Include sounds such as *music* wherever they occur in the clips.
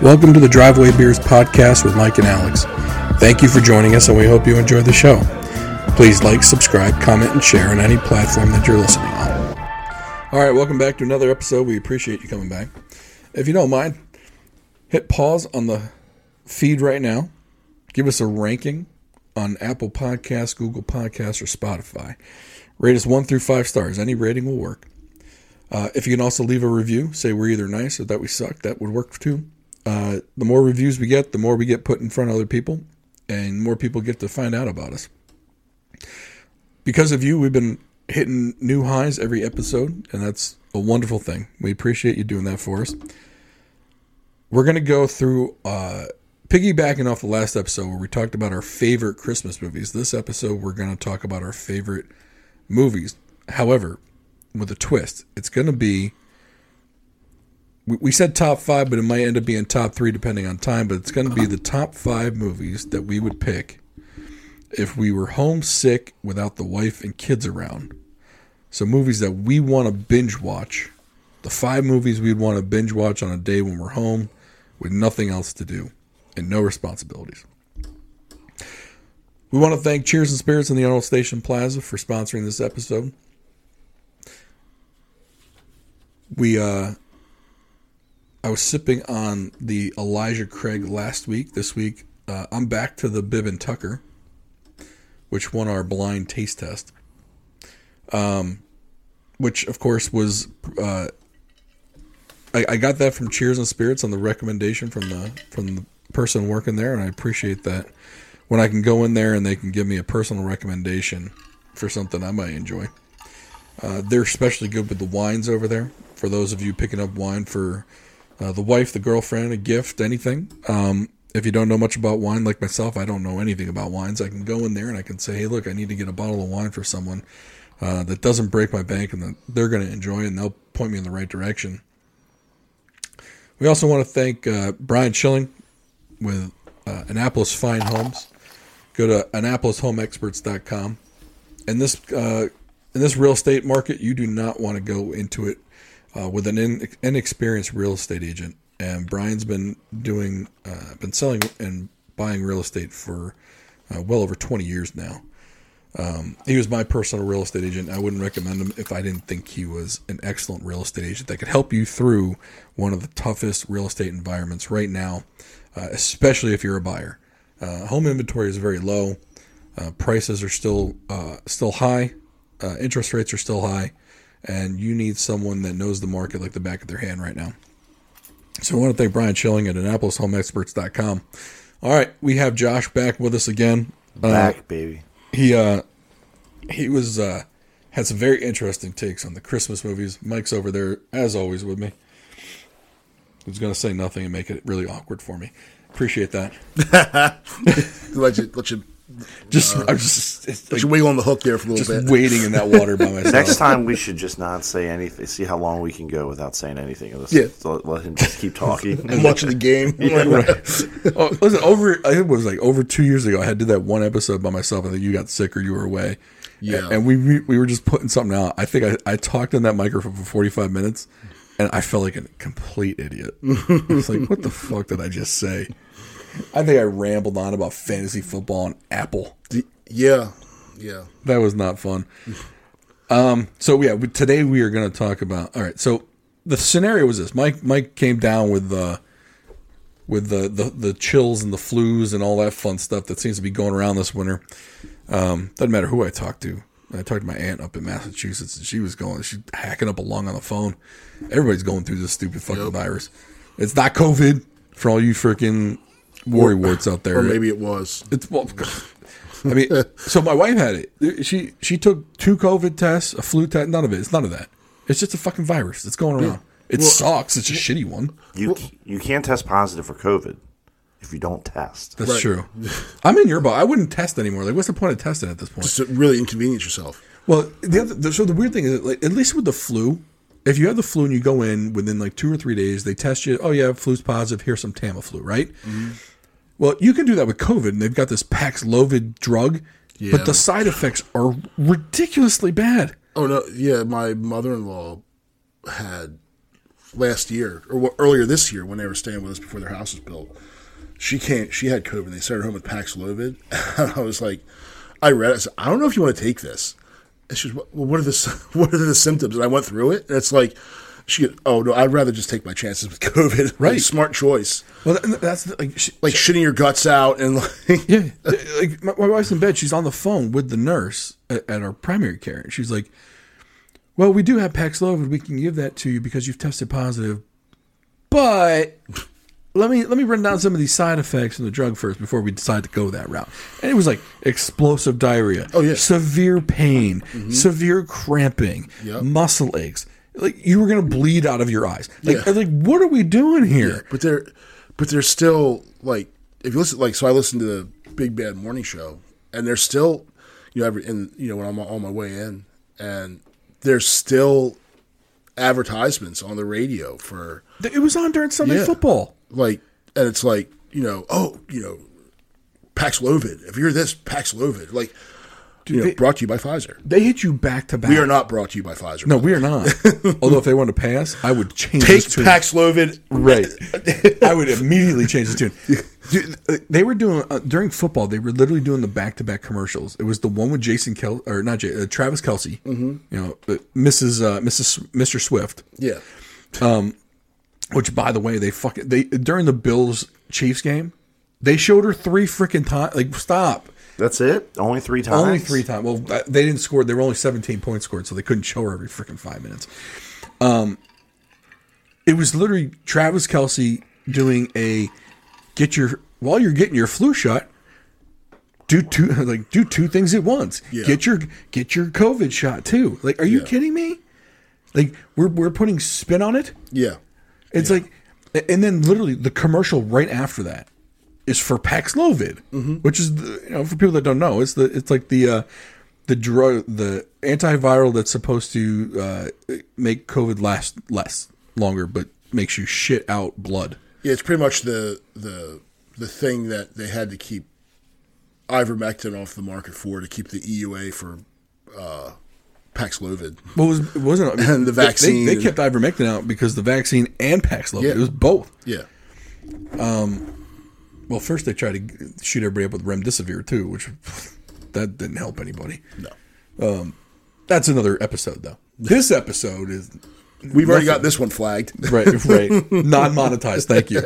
Welcome to the Driveway Beers podcast with Mike and Alex. Thank you for joining us, and we hope you enjoy the show. Please like, subscribe, comment, and share on any platform that you're listening on. All right, welcome back to another episode. We appreciate you coming back. If you don't mind, hit pause on the feed right now. Give us a ranking on Apple Podcasts, Google Podcasts, or Spotify. Rate us one through five stars. Any rating will work. Uh, if you can also leave a review, say we're either nice or that we suck, that would work too. Uh, the more reviews we get, the more we get put in front of other people, and more people get to find out about us. Because of you, we've been hitting new highs every episode, and that's a wonderful thing. We appreciate you doing that for us. We're going to go through, uh, piggybacking off the last episode where we talked about our favorite Christmas movies. This episode, we're going to talk about our favorite movies. However, with a twist. It's going to be. We, we said top five, but it might end up being top three depending on time. But it's going to be the top five movies that we would pick if we were homesick without the wife and kids around. So movies that we want to binge watch. The five movies we'd want to binge watch on a day when we're home with nothing else to do and no responsibilities. We want to thank Cheers and Spirits in the Arnold Station Plaza for sponsoring this episode. we uh I was sipping on the Elijah Craig last week. This week, uh, I'm back to the Bib and Tucker, which won our blind taste test. Um, which of course was uh, I, I got that from Cheers and Spirits on the recommendation from the from the person working there, and I appreciate that when I can go in there and they can give me a personal recommendation for something I might enjoy. Uh, they're especially good with the wines over there. For those of you picking up wine for uh, the wife, the girlfriend, a gift, anything. Um, if you don't know much about wine, like myself, I don't know anything about wines. I can go in there and I can say, "Hey, look, I need to get a bottle of wine for someone uh, that doesn't break my bank, and that they're going to enjoy, and they'll point me in the right direction." We also want to thank uh, Brian Schilling with uh, Annapolis Fine Homes. Go to AnnapolisHomeExperts.com, and this. Uh, in this real estate market, you do not want to go into it uh, with an in, inexperienced real estate agent. And Brian's been doing, uh, been selling and buying real estate for uh, well over 20 years now. Um, he was my personal real estate agent. I wouldn't recommend him if I didn't think he was an excellent real estate agent that could help you through one of the toughest real estate environments right now, uh, especially if you're a buyer. Uh, home inventory is very low. Uh, prices are still uh, still high uh, interest rates are still high, and you need someone that knows the market like the back of their hand right now. So I want to thank Brian Schilling at AnnapolisHomeExperts.com. All right, we have Josh back with us again. Uh, Back, baby. he uh, he was uh, had some very interesting takes on the Christmas movies. Mike's over there as always with me. I was going to say nothing and make it really awkward for me. Appreciate that. let you let you Just I was just, it's let like you wiggle on the hook there for a little just bit. waiting in that water by myself. Next time *laughs* we should just not say anything. See how long we can go without saying anything. Let's, Yeah. let, let him just *laughs* keep talking. I'm watching the game. right. oh, listen, over I think it was like over two years ago. I had did that one episode by myself. I think you got sick or you were away. Yeah. and, and we, we we were just putting something out. I think I, I talked in that microphone for forty five minutes, and I felt like a complete idiot. I was like, "What the fuck did I just say?" I think I rambled on about fantasy football and Apple. yeah, yeah. That was not fun. Um, so yeah, we, today we are going to talk about. All right, so the scenario was this: Mike Mike came down with the with the the, the chills and the flus and all that fun stuff that seems to be going around this winter. Um, doesn't matter who I talked to. I talked to my aunt up in Massachusetts, and she was going, she hacking up a lung on the phone. Everybody's going through this stupid fucking virus. It's not COVID for all you freaking worry warts out there. Or maybe it was. It's well, I mean, so my wife had it. She she took two COVID tests, a flu test, none of it. It's none of that. It's just a fucking virus that's going around. It sucks. It's a shitty one. You you can't test positive for COVID if you don't test. That's *laughs* true. I'm in your boat. I wouldn't test anymore. Like, what's the point of testing at this point? Just to really inconvenience yourself. Well, the other, the, so the weird thing is, like, at least with the flu, if you have the flu and you go in within like two or three days, they test you. Oh yeah, flu's positive. Here's some Tamiflu, right? Well, you can do that with COVID, and they've got this Paxlovid drug, Yeah. but the side effects are ridiculously bad. Oh no, yeah. My mother in law had last year or well, earlier this year when they were staying with us before their house was built. She came. She had COVID. and They sent her home with Paxlovid. *laughs* And I was like, I read. It, I said, I don't know if you want to take this. And she's, well, what are the sy- *laughs* what are the symptoms? And I went through it, and it's like, she, goes, oh no, I'd rather just take my chances with *laughs* COVID. Like, Right. smart choice. Well, that, that's the- like, she, Like shitting your guts out and like, yeah, like my, my wife's in bed. She's on the phone with the nurse at, at our primary care, and she's like, "Well, we do have Paxlovid. We can give that to you because you've tested positive, but." Let me let me run down some of these side effects from the drug first before we decide to go that route. And it was like explosive diarrhea, Oh, yeah. Mm-hmm. severe pain, severe cramping, Yep. muscle aches. Like you were gonna bleed out of your eyes. Like Yeah. like what are we doing here? but they're but they're still like if you listen like so I listen to the Big Bad Morning Show and they're still you know every and you know when I'm on my way in and there's still advertisements on the radio for It was on during Sunday Yeah. football. like and it's like you know oh you know Paxlovid if you're this Paxlovid like you know they- brought to you by Pfizer They hit you back to back. we are not brought to you by Pfizer No, we are *laughs* not. Although if they wanted to pass, I would change take this tune. Paxlovid right. *laughs* I would immediately change the tune. Dude, uh, They were doing uh, during football. They were literally doing the back-to-back commercials. It was the one with Jason Kel or not Jay, uh, Travis Kelsey. Mm-hmm. You know, uh, Mrs. Uh, Mrs. Mr. Swift. *laughs* yeah Which, by the way, they fucking they during the Bills Chiefs game, they showed her three freaking times. Like, stop. That's it. Only three times. Only three times. Well, th- they didn't score. They were only 17 points scored, so they couldn't show her every freaking five minutes. Um, it was literally Travis Kelsey doing a get your while you're getting your flu shot. Do two *laughs* like do two things at once. Yeah. Get your get your COVID shot too. Like, are you Yeah. kidding me? Like we're we're putting spin on it. yeah It's like, and then literally the commercial right after that is for Paxlovid, Mm-hmm. which is the, you know for people that don't know, it's the it's like the uh, the drug the antiviral that's supposed to uh, make COVID last less longer, but makes you shit out blood. Yeah, it's pretty much the the the thing that they had to keep ivermectin off the market for to keep the EUA for uh, Paxlovid. Well, it, was, it wasn't *laughs* And the they- they- vaccine They, and- kept ivermectin out because the vaccine and Paxlovid. Yeah. It was both. Yeah, Well, first they tried to g- shoot everybody up with remdesivir too, which *laughs* that didn't help anybody. no, That's another episode *laughs* though. This episode is we've already got this *laughs* one flagged. Right, right. non monetized. Thank you.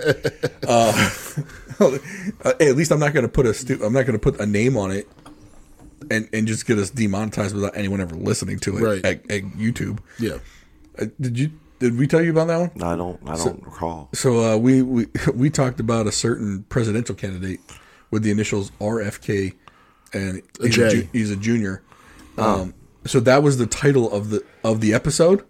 Uh, *laughs* uh, hey, at least I'm not going to put a stu- I'm not going to put a name on it, and and just get us demonetized without anyone ever listening to it Right. at, at YouTube. Yeah, Uh, did you did we tell you about that one? I don't. I don't recall. So uh, we we *laughs* we talked about a certain presidential candidate with the initials RFK, and he's a, J. ju- he's a junior. Um, so that was the title of the of the episode.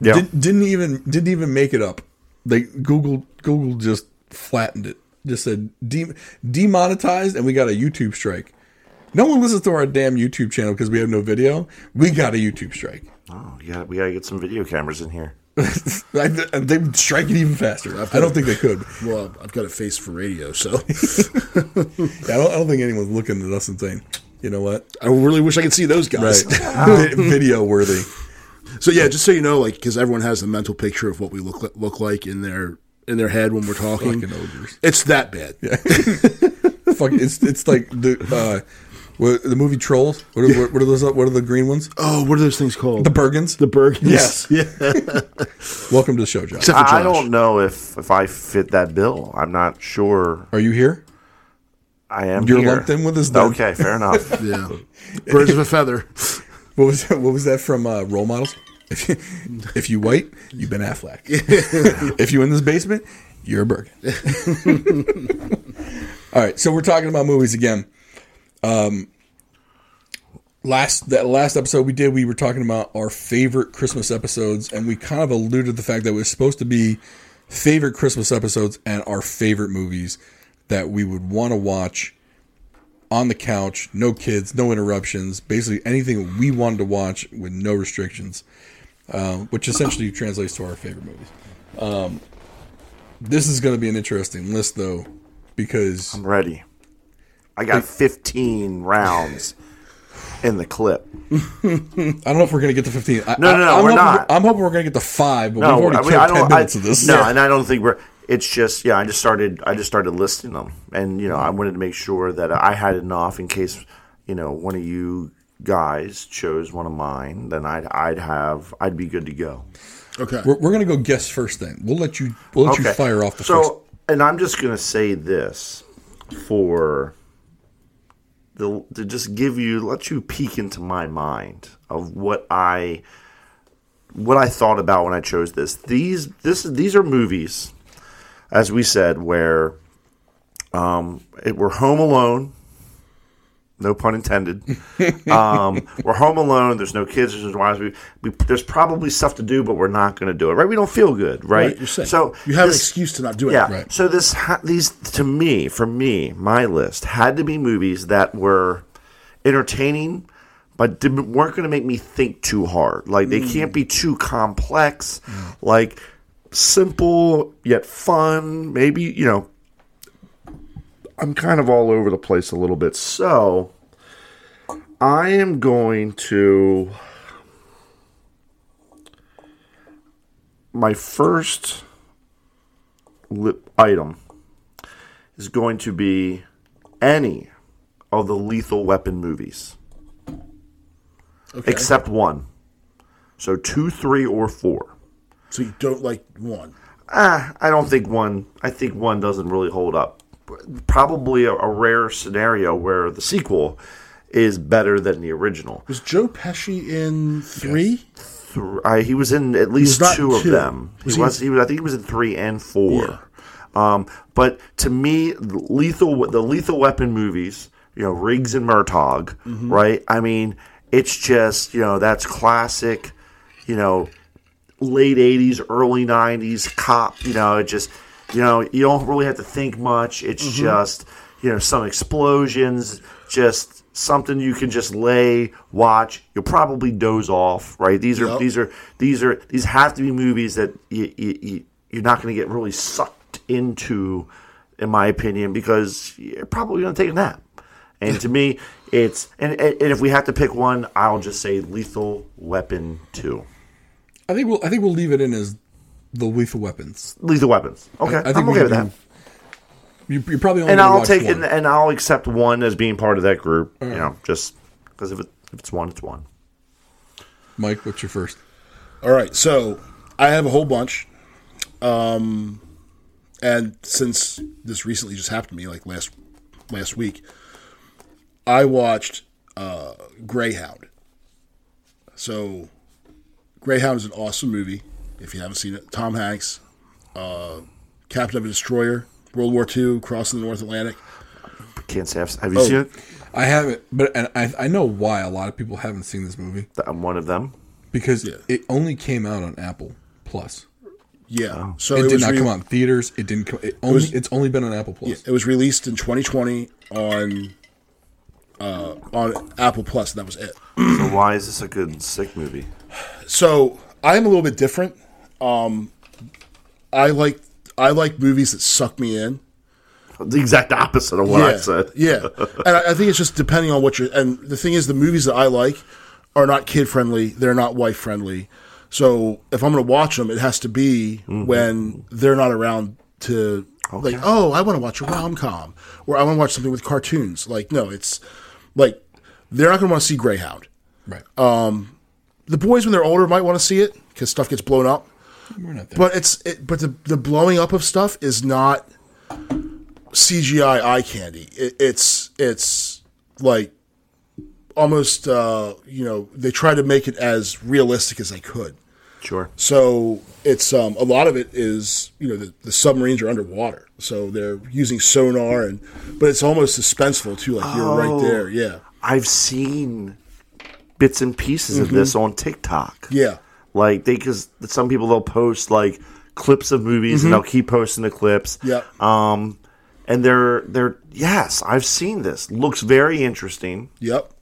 Yeah. Did, didn't even didn't even make it up. They Google Google just flattened it. Just said de- demonetized, and we got a YouTube strike. No one listens to our damn YouTube channel because we have no video. We got a YouTube strike. *laughs* oh, yeah. We gotta get some video cameras in here. I, they would strike it even faster. I don't think they could. well, I've got a face for radio, so *laughs* Yeah, I don't, I don't think anyone's looking at us and saying, you know what? I really wish I could see those guys. Vi- video worthy. *laughs* So yeah, just so you know, like because everyone has a mental picture of what we look li- look like in their in their head when we're talking. Fucking ogres. It's that bad. Fuck, it's it's like the uh, what, the movie Trolls. What are, what are those? What are the green ones? Oh, what are those things called? The Bergens. the Bergens. *laughs* Yes. Yeah. Welcome to the show, John. Except for I I Josh. don't know if if I fit that bill. I'm not sure. Are you here? I am. You're here. lumped in with us then. Okay. Fair enough. *laughs* Yeah. Birds of a feather. What was that, what was that from uh, Role Models? If you, if you white, you Ben Affleck. *laughs* if you in this basement, you're a Bergen. All right, so we're talking about movies again. Um, last that last episode we did, we were talking about our favorite Christmas episodes, and we kind of alluded to the fact that it was supposed to be favorite Christmas episodes and our favorite movies that we would want to watch on the couch, no kids, no interruptions, basically anything we wanted to watch with no restrictions, uh, which essentially translates to our favorite movies. Um, this is going to be an interesting list, though, because I'm ready. I got 15 rounds in the clip. I don't know if we're going to get to 15. I, No, no, no, I, am we're hoping, not. I'm hoping we're going to get to five, but No, we've already Oh, I mean, I killed don't. 10 I- minutes of this. No, and I don't think we're. It's just yeah. I just started. I just started listing them, and you know, I wanted to make sure that I had enough in case you know one of you guys chose one of mine. Then I'd I'd have I'd be good to go. Okay. *laughs* We're, we're going to go guess first then. We'll let you we'll let you fire off the so, first. and I'm just gonna say this for the to just give you let you peek into my mind of what I what I thought about when I chose this. These this these are movies, as we said, where um it, we're home alone. No pun *laughs* intended. um, we're home alone. There's no kids. There's no wives. We, we, there's probably stuff to do, but we're not going to do it. Right? We don't feel good, right? Right, you're sick. So you have an this- excuse to not do it. yeah. Right. So this ha- these to me, for me, my list had to be movies that were entertaining, but didn't, weren't going to make me think too hard. Like they can't Mm. be too complex. Like simple yet fun. Maybe you know. I'm kind of all over the place a little bit. So I am going to. My first lip item is going to be any of the Lethal Weapon movies, Okay. except one. So two, three, or four. so you don't like one. Ah, I don't think one. I think one doesn't really hold up. Probably a, a rare scenario where the sequel is better than the original. Was Joe Pesci in three? Th- I, he was in at least not two of two. them. Was he, he- was. He was. I think he was in three and four. Um, but to me, the lethal the Lethal Weapon movies, you know, Riggs and Murtaugh, right? I mean, it's just you know that's classic, you know, late '80s, early '90s cop. You know, it just you know you don't really have to think much. It's just you know some explosions, just something you can just lay, watch. You'll probably doze off, right? These are Yep. these are these are these have to be movies that you, you, you you're not going to get really sucked into, in my opinion, because you're probably going to take a nap. And to me, it's and, and and if we have to pick one, I'll just say Lethal Weapon Two. I think we'll I think we'll leave it in as the lethal weapons. Lethal Weapons. Okay, I, I think am we okay with can that. do- You, you're probably only And gonna I'll watch take one. and, and I'll accept one as being part of that group. You know, just because if, it, if it's one, it's one. Mike, what's your first? All right. So I have a whole bunch. Um, and since this recently just happened to me, like last last week, I watched uh, Greyhound. So Greyhound is an awesome movie. If you haven't seen it, Tom Hanks, uh, captain of a destroyer, World War II, crossing the North Atlantic. Can't say. I've, Oh. have you seen it? I haven't, but and I I know why a lot of people haven't seen this movie That I'm um, one of them. because it only came out on Apple Plus. Yeah. So Oh, It, did was not re- come out in theaters. It didn't come. It only, it's only been on Apple Plus. It was released in 2020 on uh, on Apple Plus, and that was it. So why is this a good sick movie? So I am a little bit different. Um, I like I like movies that suck me in. The exact opposite of what I said. yeah. And I, I think it's just depending on what you're. And the thing is, the movies that I like are not kid friendly. They're not wife friendly. So if I'm going to watch them, it has to be Mm-hmm. when they're not around to like. Oh, I want to watch a rom com, or I want to watch something with cartoons. Like, no, it's like they're not going to want to see Greyhound. Right. The boys, when they're older, might want to see it because stuff gets blown up. We're not there. But it's it, but the the blowing up of stuff is not CGI eye candy. It, it's it's like almost uh, you know they try to make it as realistic as they could. Sure. So it's um, a lot of it is you know the, the submarines are underwater, so they're using sonar and but it's almost suspenseful too. Like you're Oh. right there, yeah, I've seen bits and pieces of Mm-hmm. this on TikTok. yeah, Like they because some people they'll post like clips of movies Mm-hmm. and they'll keep posting the clips. yeah. Um, and they're they're yes, I've seen this. Looks very interesting. yep.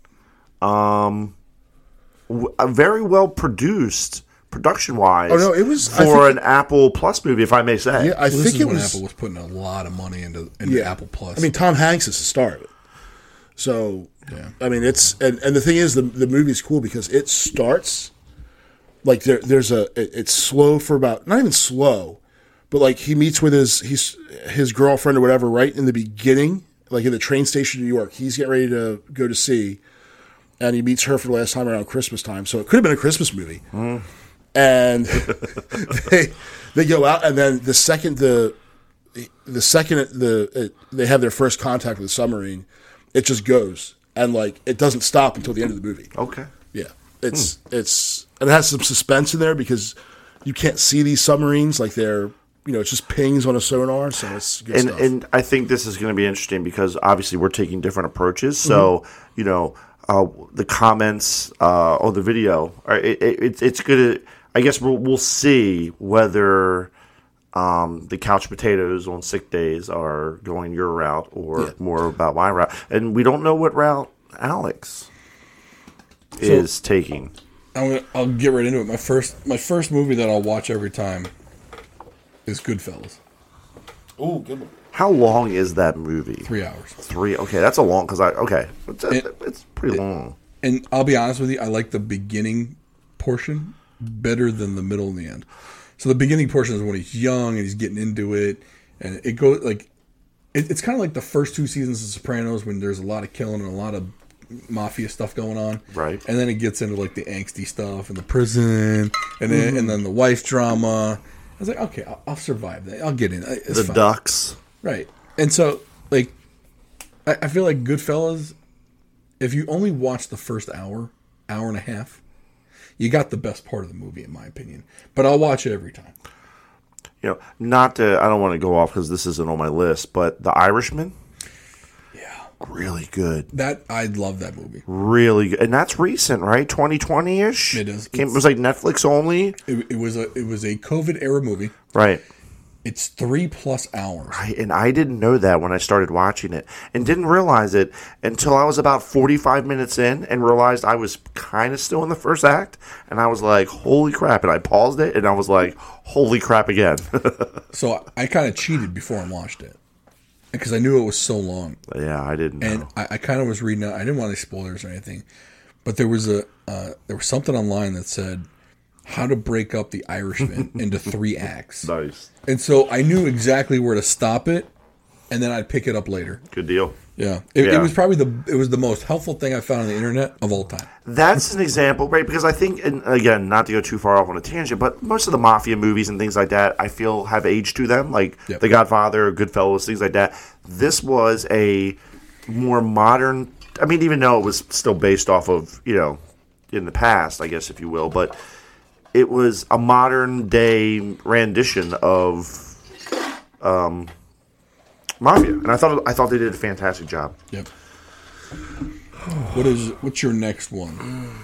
W- uh, very well produced production wise. Oh, no, it was- I for an think- Apple Plus movie, if I may say. Yeah, I Well, this think is it when was Apple was putting a lot of money into into Apple Plus. I mean, Tom Hanks is the star of it. So Yeah. I mean, it's and, and the thing is, the the movie's cool because it starts like there there's a it- it's slow for about not even slow, but like he meets with his he's his girlfriend or whatever right in the beginning, like in the train station in New York. He's getting ready to go to sea, and he meets her for the last time around Christmas time. So it could have been a Christmas movie, and *laughs* they they go out, and then the second the the second it- the it, they have their first contact with the submarine, it just goes and like it doesn't stop until the end of the movie. Okay. Yeah, it's it's and it has some suspense in there because you can't see these submarines like they're you know it's just pings on a sonar, so it's good and stuff. and I think this is going to be interesting because obviously we're taking different approaches. Mm-hmm. So you know, uh, the comments uh, on the video are it, it, it's it's good. I guess we'll we'll see whether um, the couch potatoes on sick days are going your route or more about my route, and we don't know what route Alex is taking. I'm gonna, I'll get right into it. My first my first movie that I'll watch every time is Goodfellas. oh, good one. How long is that movie? Three hours. Three. Okay, that's a long because I okay, it's, it's pretty long. And I'll be honest with you, I like the beginning portion better than the middle and the end. So the beginning portion is when he's young and he's getting into it, and it goes like it, it's kind of like the first two seasons of Sopranos when there's a lot of killing and a lot of mafia stuff going on, Right. And then it gets into like the angsty stuff and the prison, and then Mm-hmm. and then the wife drama. I was like, okay, I'll, I'll survive that. I'll get in. It's The fine. ducks. Right. And so, like, I, I feel like Goodfellas, if you only watch the first hour, hour and a half, you got the best part of the movie, in my opinion. But I'll watch it every time. you know, not to, I don't want to go off because this isn't on my list, but The Irishman, Yeah. really good. That, I love that movie. Really good. And that's recent, right? 2020 ish? It is. Came, it was like Netflix only. It, it was a it was a COVID era movie. Right. It's three plus hours. I, and I didn't know that when I started watching it and didn't realize it until I was about 45 minutes in and realized I was kind of still in the first act. And I was like, holy crap. And I paused it and I was like, holy crap again. *laughs* So I, I kind of cheated before I watched it because I knew it was so long. yeah, I didn't know. and I, I kind of was reading. it. I didn't want any spoilers or anything, but there was a uh, there was something online that said how to break up the *laughs* Irishman into three acts, nice. and so I knew exactly where to stop it, and then I'd pick it up later. Good deal. Yeah, it, it Yeah. was probably the it was the most helpful thing I found on the internet of all time. That's an example, right? Because I think, and again, not to go too far off on a tangent, but most of the mafia movies and things like that, I feel have age to them, like Yep. The Godfather, Goodfellas, things like that. This was a more modern. I mean, even though it was still based off of you know, in the past, I guess if you will, but it was a modern day rendition of um, mafia, and I thought I thought they did a fantastic job. Yep. What is what's your next one?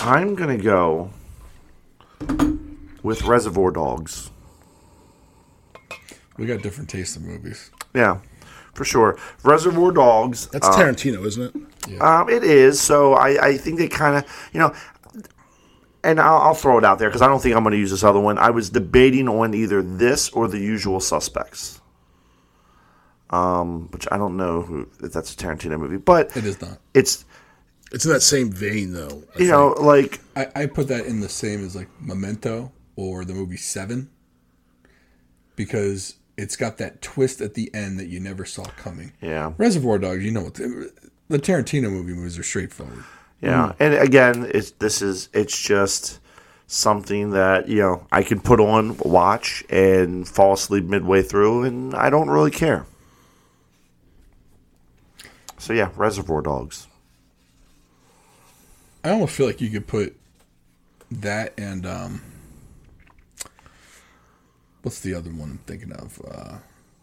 I'm gonna go with Reservoir Dogs. We got different tastes in movies. Yeah, for sure. Reservoir Dogs. That's Tarantino, isn't it? Um, it is. So I, I think they kind of, you know, and I'll, I'll throw it out there because I don't think I'm going to use this other one. I was debating on either this or The Usual Suspects. Um, which I don't know who, if that's a Tarantino movie, but It is not. it's It's in that same vein though. I you know like I, I put that in the same as like Memento or the movie Seven because it's got that twist at the end that you never saw coming. yeah Reservoir Dogs, you know what the, the Tarantino movie movies are straightforward. Yeah, and again, it's this is it's just something that you know I can put on, watch, and fall asleep midway through, and I don't really care. So yeah, Reservoir Dogs. I almost feel like you could put that and um, what's the other one I'm thinking of? Uh,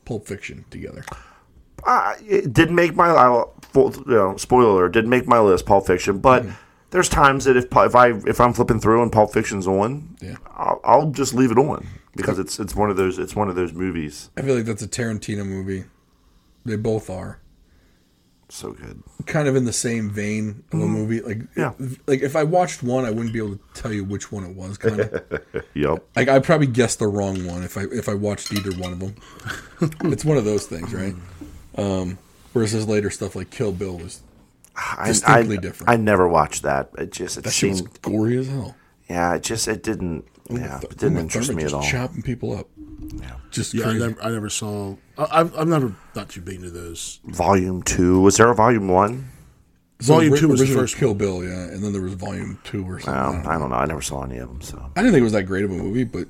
Pulp Fiction together. Uh, it did make my I'll- full you know, spoiler alert, did make my list, Pulp Fiction, but. There's times that if Pul- if I if I'm flipping through and Pulp Fiction's on, Yeah. I'll, I'll just leave it on because it's it's one of those it's one of those movies. I feel like that's a Tarantino movie. They both are. So good. kind of in the same vein of a Mm-hmm. movie. Like, Yeah. like if I watched one, I wouldn't be able to tell you which one it was. Kind *laughs* of Yep. like I probably guessed the wrong one if I if I watched either one of them. *laughs* it's one of those things, right? Um, whereas his later stuff like Kill Bill was I, Distinctly I, different. I never watched that. It just it that shit was seemed gory as hell. yeah. It just it didn't yeah. It didn't Uma interest Thurman me at just all. Chopping people up. Just Yeah, I crazy. never, I never saw. I, I've, I'm never not too big into those. Volume two was there a volume one? So Volume ori- two was the original first Kill Bill, yeah, and then there was Volume Two or something. Um, I don't know. I never saw any of them. So I didn't think it was that great of a movie, but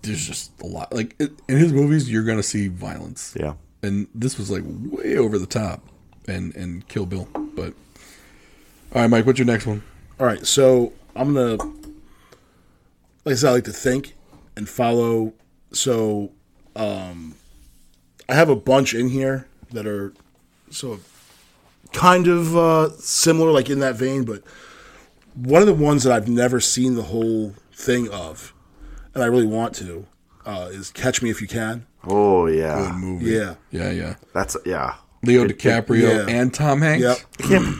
there's just a lot. Like it, in his movies, you're gonna see violence, yeah. and this was like way over the top, and and Kill Bill. But all right, Mike, what's your next one? All right, so I'm gonna, like I said, I like to think and follow. So, um, I have a bunch in here that are so kind of uh, similar, like in that vein. But one of the ones that I've never seen the whole thing of, and I really want to, uh, is Catch Me If You Can. Oh yeah. Movie. Yeah, Yeah, yeah. That's *clears throat* yeah. Leo It- it- DiCaprio yeah. and Tom Hanks. yep, Can't-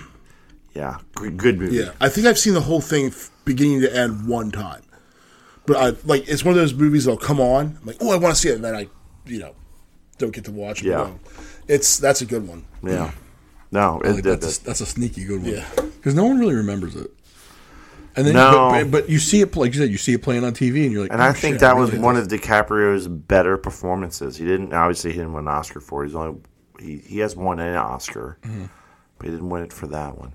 yeah. Good, good movie. yeah. I think I've seen the whole thing f- beginning to end one time. but I like it's one of those movies that'll come on. I'm like, oh, I want to see it, and then I, you know, don't get to watch it. Yeah. No. it's that's a good one. Yeah. No, it, Like it- that's a, that's a sneaky good one. Yeah. because no one really remembers it. And then, No. but, but you see it like you said, you see it playing on TV, and you're like, and "Oh, I think shit, that was really one of DiCaprio's better performances. He didn't obviously he didn't win an Oscar for. It. He's only he, he has won an Oscar, Mm-hmm. but he didn't win it for that one.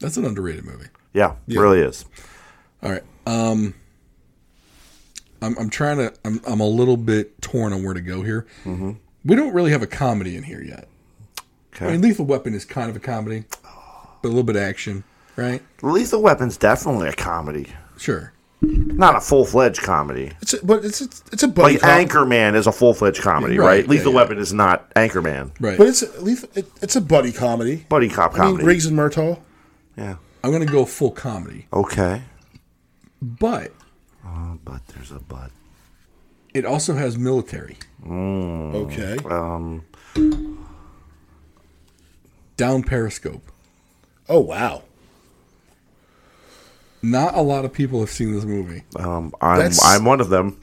That's an underrated movie. Yeah, really is. All right. Um, I'm, I'm trying to. I'm, I'm a little bit torn on where to go here. We don't really have a comedy in here yet. I Mm-hmm. Okay. mean, Lethal Weapon is kind of a comedy, but a little bit of action, right? Lethal Weapon's definitely a comedy, Sure. not a full fledged comedy. It's a, but it's a, it's a buddy Like cop, Anchorman is a full fledged comedy, Right, right? yeah, Lethal yeah. Weapon is not Anchorman, Right. but it's a, lethal- it, it's a buddy comedy. buddy cop I mean, comedy. Riggs and Murtaugh. yeah. I'm going to go full comedy, Okay. but Oh, but there's a but. it also has military. Mm. Okay, Um. Down Periscope. oh wow, Not a lot of people have seen this movie. Um. I'm That's- I'm one of them.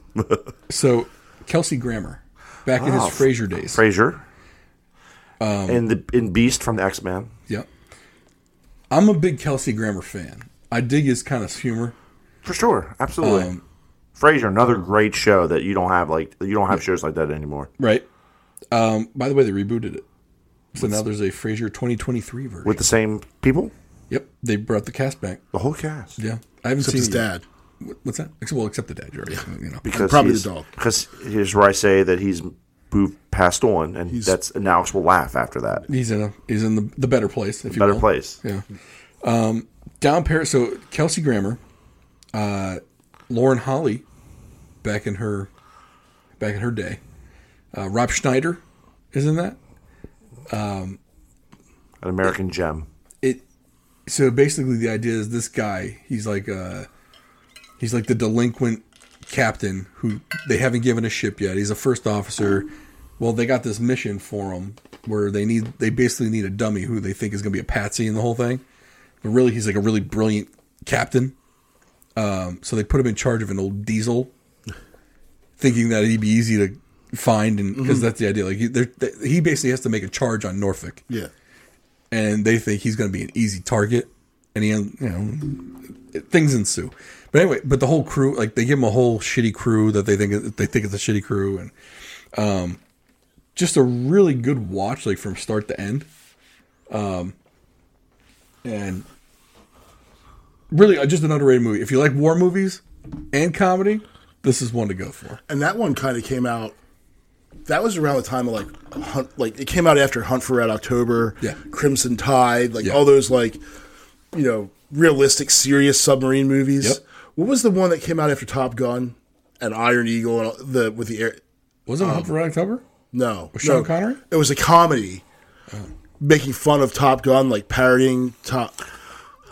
So, Kelsey Grammer, back in his Oh, Frasier days. Frasier. Um, in the in Beast from the X Men. yep. I'm a big Kelsey Grammer fan. I dig his kind of humor. Um, For sure, absolutely. Um, Frasier, another great show that you don't have like you don't have shows like that anymore. Right. Um, by the way, they rebooted it. So now there's a Frasier 2023 version. With the same people, yep, they brought the cast back. the whole cast. Yeah, I haven't except seen his it dad. yet. Wh- What's that? Ex- Well, except the dad, you already, you know. Because probably he's- the dog. Because here's where I say that he's moved passed on, and that's and Alex will laugh after that. He's in a he's in the, the better place. If you Better will. place. Yeah. Um, down Paris. So Kelsey Grammer, uh, Lauren Holly, back in her, back in her day. Uh, Rob Schneider, isn't that? An American gem. it so basically the idea is this guy he's like uh he's like the delinquent captain who they haven't given a ship yet he's a first officer well they got this mission for him where they need they basically need a dummy who they think is going to be a patsy in the whole thing but really he's like a really brilliant captain um, so they put him in charge of an old diesel thinking that he'd be easy to find and because that's the idea like he, they're- he basically has to make a charge on norfolk Yeah, and they think he's going to be an easy target. And he, you know, things ensue. But anyway, but the whole crew, like they give him a whole shitty crew that they think they think it's a shitty crew, and um, just a really good watch, like from start to end. Um, and really, uh, just an underrated movie. If you like war movies and comedy, this is one to go for. and that one kind of came out. That was around the time of like Hunt, like it came out after Hunt for Red October, Yeah. Crimson Tide, like Yeah. all those like, you know, realistic, serious submarine movies. Yep. What was the one that came out after Top Gun and Iron Eagle and all- the with the air? Was it Hunt for Red October? No, Sean no. Connery? Oh. It was a comedy, making fun of Top Gun, like parodying Top.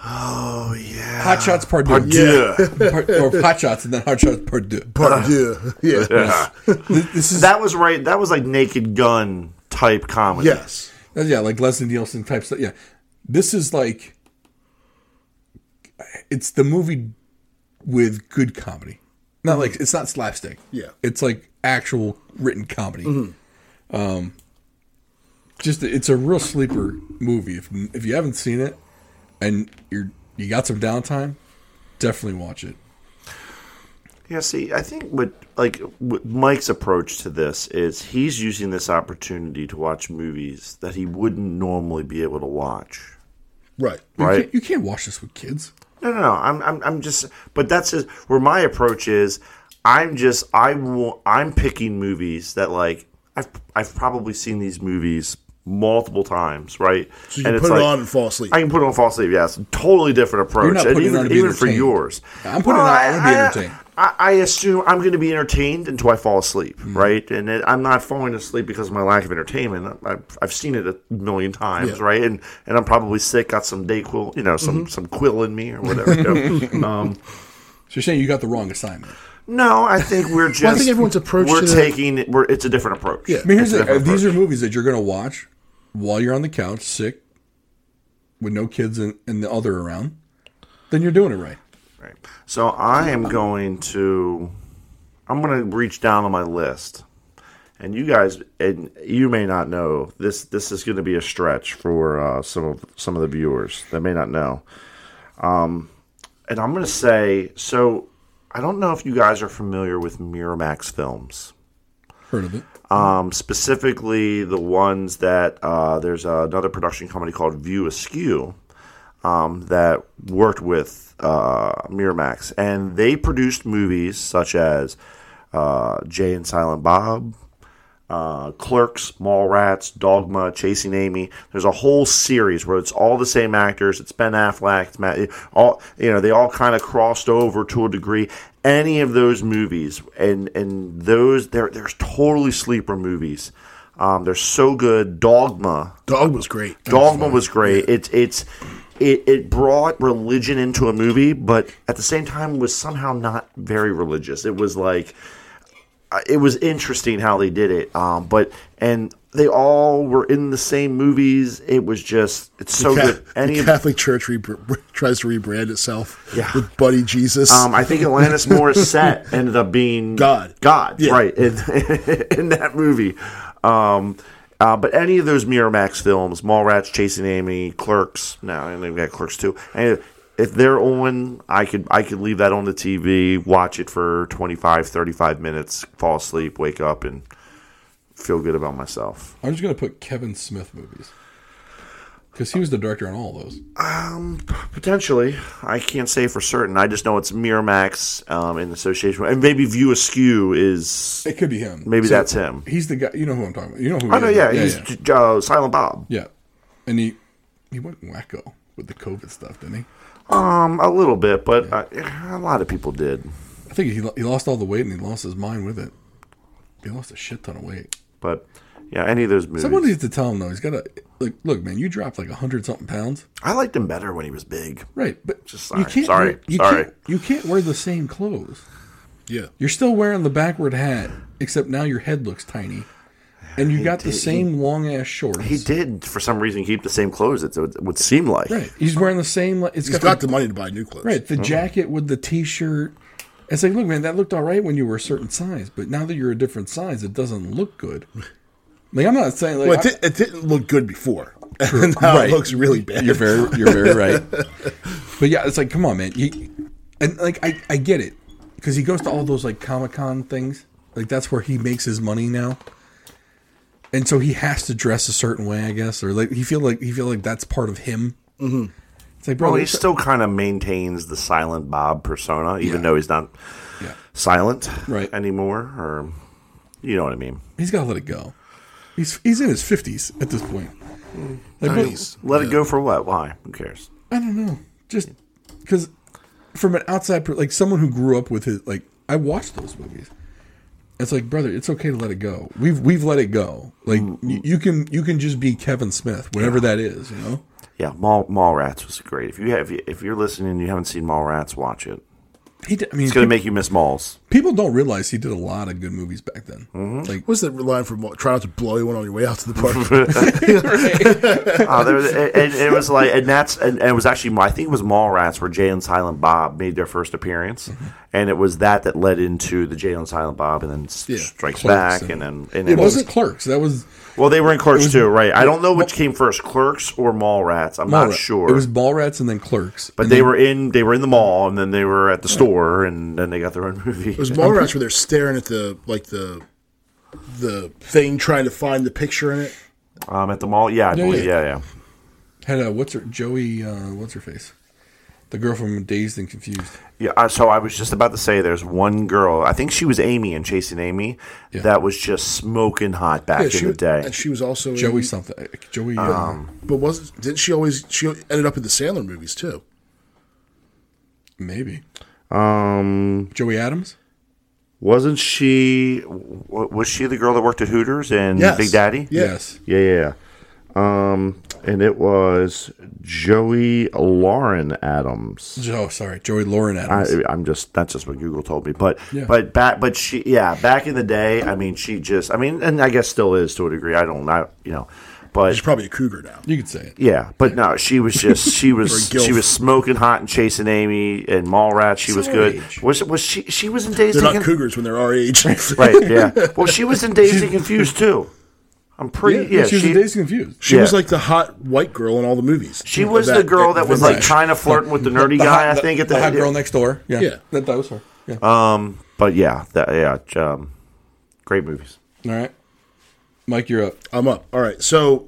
Hot Shots Part Deux. Yeah. Part- or Hot Shots and then Hot Shots Part Deux. *laughs* Pardieu. yeah, This is That was right. That was like Naked Gun type comedy. yes. Uh, Yeah, like Leslie Nielsen type stuff. Yeah, this is like it's the movie with good comedy. Not like it's not slapstick. Yeah. it's like actual written comedy. Um, just it's a real sleeper movie. If if you haven't seen it and you're you got some downtime, definitely watch it. Yeah, see, I think what like what Mike's approach to this is he's using this opportunity to watch movies that he wouldn't normally be able to watch. Right. You Right. can't, you can't watch this with kids. No, no, no. I'm, I'm, I'm just. But that's just, where my approach is. I'm just. I will. I'm picking movies that like I've, I've probably seen these movies multiple times, right? So you put it on and fall asleep. I can put it on fall asleep. Yes, totally different approach. You're not and putting it even, on to be even for entertained. yours, I'm putting it on- I wanna be entertained. I, I assume I'm going to be entertained until I fall asleep, right? And it, I'm not falling asleep because of my lack of entertainment. I, I've, I've seen it a million times, Yeah. right? And and I'm probably sick, got some Dayquil, you know, some some quill in me or whatever. you know. um, So you're saying you got the wrong assignment. no, I think we're just. think everyone's approach We're to the- taking. We're, it's a different approach. Yeah. I mean, here's It's a the, uh, different these approach. are movies that you're going to watch while you're on the couch, sick, with no kids and, and the other around. Then you're doing it right. Right. So I am going to I'm going to reach down on my list. And you guys and you may not know this this is going to be a stretch for uh, some of some of the viewers that may not know. Um and I'm going to say so I don't know if you guys are familiar with Miramax films. Heard of it? Um, specifically, the ones that uh, there's another production company called View Askew um, that worked with uh, Miramax, and they produced movies such as uh, Jay and Silent Bob, uh, Clerks, Mallrats, Dogma, Chasing Amy. There's a whole series where it's all the same actors. It's Ben Affleck, it's Matt. All you know, they all kind of crossed over to a degree. Any of those movies, and and those they're they're totally sleeper movies. Um, they're so good. Dogma Dog was great. Dogma was great. It's it's it, it brought religion into a movie, but at the same time was somehow not very religious. It was like uh, it was interesting how they did it. Um, but and they all were in the same movies. It was just it's so Ca- good. Any the of Catholic Church rebr tries to rebrand itself Yeah. with Buddy Jesus. Um, I think Alanis Morissette ended up being God. God, Yeah. right in, *laughs* in that movie. Um, uh, but any of those Miramax films, Mallrats, Chasing Amy, Clerks, no, and they've got Clerks too. And if they're on, I could I could leave that on the TV, watch it for 25, 35 minutes, fall asleep, wake up, and feel good about myself. I'm just going to put Kevin Smith movies because he was the director on all those. Potentially, I can't say for certain. I just know it's Miramax um, in association, with, and maybe View Askew is It could be him. maybe So that's him. He's the guy. You know who I'm talking about. You know who? Oh no, yeah, yeah, he's yeah. J- Uh, Silent Bob. Yeah. And he he went wacko with the COVID stuff, didn't he? Um, a little bit, but uh, a lot of people did. I think he lo- he lost all the weight and he lost his mind with it. He lost a shit ton of weight. But yeah, any of those movies, Someone needs to tell him though. He's got to like look, man. You dropped like a hundred something pounds. I liked him better when he was big. Right, but Just sorry, sorry, wear- you sorry. Can't, you can't wear the same clothes. yeah. You're still wearing the backward hat, except now your head looks tiny, and you got the same long ass shorts. He did for some reason keep the same clothes. It would, would seem like right, he's wearing the same. like, It's He's got, got the, the money to buy new clothes. right the jacket with the t-shirt. It's like, look, man, that looked all right when you were a certain size, but now that you're a different size, it doesn't look good. Like I'm not saying like Well, it, I- di- it didn't look good before. *laughs* And now Right. it looks really *laughs* bad. You're very you're *laughs* very right. But yeah, it's like come on, man. You, and like I, I get it because he goes to all those like Comic Con things. Like that's where he makes his money now. And so he has to dress a certain way, I guess, or like he feel like he feel like that's part of him. Mm-hmm. It's like, bro, Well, he that's- still kind of maintains the Silent Bob persona, even though he's not yeah. silent Right. anymore. Or you know what I mean. he's got to let it go. He's he's in his fifties at this point. Like, bro, Mm. Nice. Let it go for what? Why? Who cares? I don't know. Just because from an outside, per- like someone who grew up with his, like I watched those movies. It's like, brother, it's okay to let it go. We've we've let it go. Like Mm. y- you can you can just be Kevin Smith, whatever that is. You know, Yeah, Mall Mallrats was great. If you have if you're listening and you haven't seen Mallrats, watch it. he. Did, I mean, It's gonna pe- make Mm-hmm. you miss malls. People don't realize he did a lot of good movies back then. Like What's that line from? Try not to blow anyone on your way out to the *laughs* park. Uh, there was, and, and it was like, and that's, and, and it was actually, I think it was Mallrats where Jay and Silent Bob made their first appearance, and it was that that led into the Jay and Silent Bob, and then S- Yeah, Strikes Clerks Back, and, then, and it it was, wasn't Clerks. That was well, they were in Clerks too, right? I don't know which came first, Clerks or Mallrats. I'm not Mallrat- sure. It was Ballrats and then Clerks. but they were in, they were in the mall, and then they were at the store, and then they got their own movie. It was Mallrats where they're staring at the like the the thing trying to find the picture in it. Um, at the mall, yeah, I believe, yeah. yeah, yeah. had a what's her Joey uh, what's her face, the girl from Dazed and Confused. Yeah, uh, so I was just about to say there's one girl, I think she was Amy and Chasing Amy, that was just smoking hot back Yeah, in she the was, day. and she was also Mm-hmm. Joey In, something. Joey. Um. uh, but was didn't she always? She ended up in the Sandler movies too. maybe Um, Joey Adams. wasn't she? w- Was she the girl that worked at Hooters and Yes. Big Daddy? Yeah. Yes. yeah, yeah. yeah. Um, and it was Joey Lauren Adams. Oh, sorry, Joey Lauren Adams. I, I'm just that's just what Google told me, but Yeah. but back but she yeah back in the day I mean she just I mean and I guess still is to a degree I don't I, you know but She's probably a cougar now. you could say it. Yeah, but no, she was just *laughs* she was Or a she gilf. was smoking hot and chasing Amy and Mallrats. She was our good. age. Was was she? She was in Days They're and not Confused. cougars when they're our *laughs* age. Right? Yeah. Well, she was in Days and Confused too. I'm Yeah, pretty. Yeah, she was she, in Dazed and Confused. She was Yeah. like the hot white girl in all the movies. she was the girl that was like Right. trying to flirt with the nerdy The guy. hot- I think the, at the, Um, the hot girl next door. Yeah, Yeah. that, that was her. Yeah. But yeah, that, yeah, um, great movies. All right, Mike, you're up. I'm up. All right, so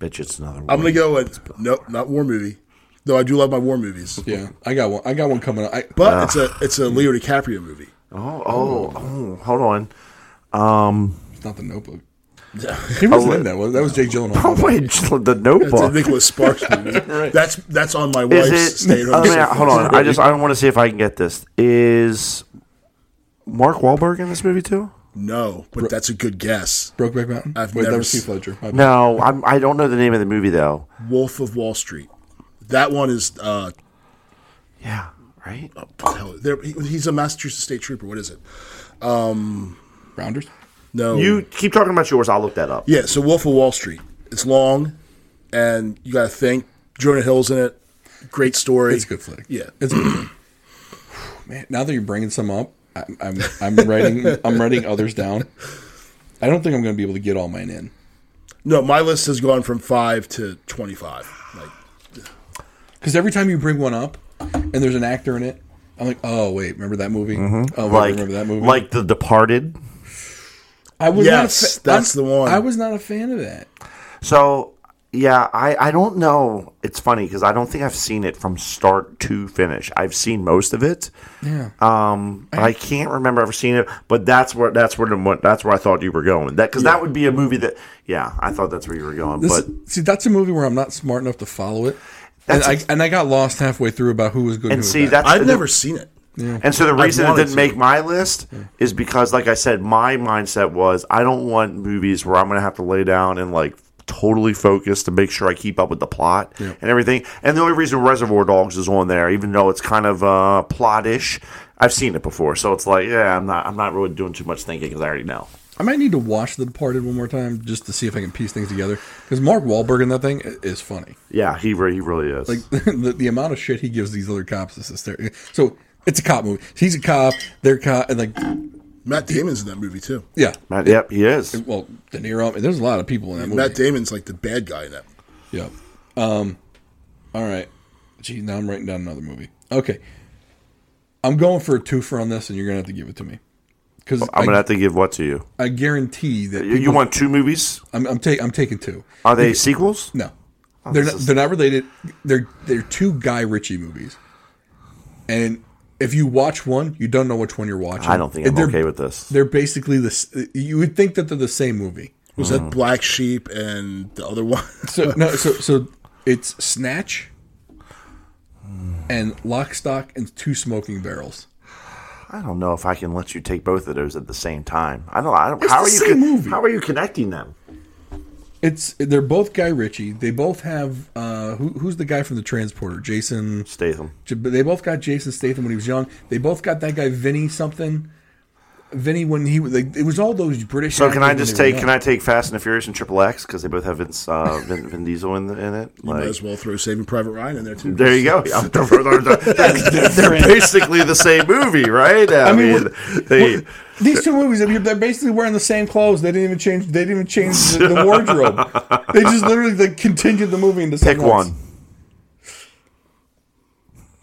Bitch, it's another. I'm gonna one. go with nope, not war movie. Though I do love my war movies, Yeah, I got one. I got one coming up. I, but Ah. it's a it's a Leo DiCaprio movie. Oh, oh, oh, hold on. it's not the *laughs* Notebook. He wasn't in that. Was that was Jake *laughs* Oh Gyllenhaal? wait, the It's a Notebook. *laughs* Nicholas Sparks movie. That's that's on my Is wife's it? stay at I home. mean, hold on. I just I want to see if I can get this. Is Mark Wahlberg in this movie too? No, but that's a good guess. Brokeback Mountain. I've Wait, that never was Heath seen- Ledger. My bad. No, I'm, I don't know the name of the movie though. Wolf of Wall Street. That one is uh, Yeah, right. what the hell- there, he, he's a Massachusetts State Trooper. What is it? Rounders. No, You keep talking about yours. I'll look that up. Yeah, so Wolf of Wall Street. It's long, and you got to think. Jonah Hill's in it. Great story. It's a good flick. Yeah. it's a good flick. *sighs* Man, now that you're bringing some up, I, I'm I'm writing I'm writing others down. I don't think I'm going to be able to get all mine in. No, my list has gone from five to twenty-five. Like, Because every time you bring one up, and there's an actor in it, I'm like, oh wait, remember that movie? Oh, wait, Mm-hmm. Like, remember that movie? like The Departed. I was Yes, that's I'm- the one. I was not a fan of that. So yeah, I I don't know. It's funny because I don't think I've seen it from start to finish. I've seen most of it. Yeah, Um, I can't remember ever seeing it, but that's where that's where the, that's where I thought you were going. That because that would be a movie that yeah, I thought that's where you were going. This- but see, that's a movie where I'm not smart enough to follow it, and That's I and I got lost halfway through about who was good. who and was see bad. that's I've the- never seen it. And so the reason it wanted didn't to. make my list is because, like I said, my mindset was I don't want movies where I'm going to have to lay down and like totally focus to make sure I keep up with the plot and everything. And the only reason Reservoir Dogs is on there, even though it's kind of uh, plot-ish, I've seen it before, so it's like, yeah, I'm not, I'm not really doing too much thinking because I already know. I might need to watch The Departed one more time just to see if I can piece things together. Because Mark Wahlberg in that thing i- is funny. *laughs* Yeah, he re- he really is. the, the amount of shit he gives these other cops is hysterical. So it's a cop movie. He's a cop. They're cop, and like Matt Damon's in that movie too. yeah. Matt- yep, he is. Well, De Niro. And there's a lot of people in that movie. Matt Damon's like the bad guy in that. Yep. Um, all right. Gee, now I'm writing down another movie. Okay. I'm going for a twofer on this, and you're gonna have to give it to me because I'm I, gonna have to give what to you? I guarantee that You, you people- want two movies? I'm, I'm taking. I'm taking two. Are they sequels? No, they're Oh, this not, is- they're not related. They're they're two Guy Ritchie movies, and if you watch one, you don't know which one you're watching. I don't think I'm They're- okay with this. They're basically the. s- You would think that they're the same movie. Was Oh. that Black Sheep and the *laughs* other one? So no, so so it's Snatch, and Lock, Stock, and Two Smoking Barrels. I don't know if I can let you take both of those at the same time. I don't. I don't It's how the are you? same con- movie. How are you connecting them? It's they're both Guy Ritchie. They both have uh, who, who's the guy from the Transporter? Jason. Statham. J- but They both got Jason Statham when he was young. They both got that guy Vinny something. Vinny when he was like, it was all those British. So can I just take can I take Fast and the Furious and Triple X because they both have Vince uh, Vin, Vin Diesel in, the, in it? Might Like, as well throw Saving Private Ryan in there too. there you go. Yeah, they're, they're- they're basically the same movie, right? I, mean, mean, they, These two movies, I mean, they're basically wearing the same clothes. They didn't even change. They didn't even change the, *laughs* the wardrobe. They just literally like, continued the movie into pick something else. one.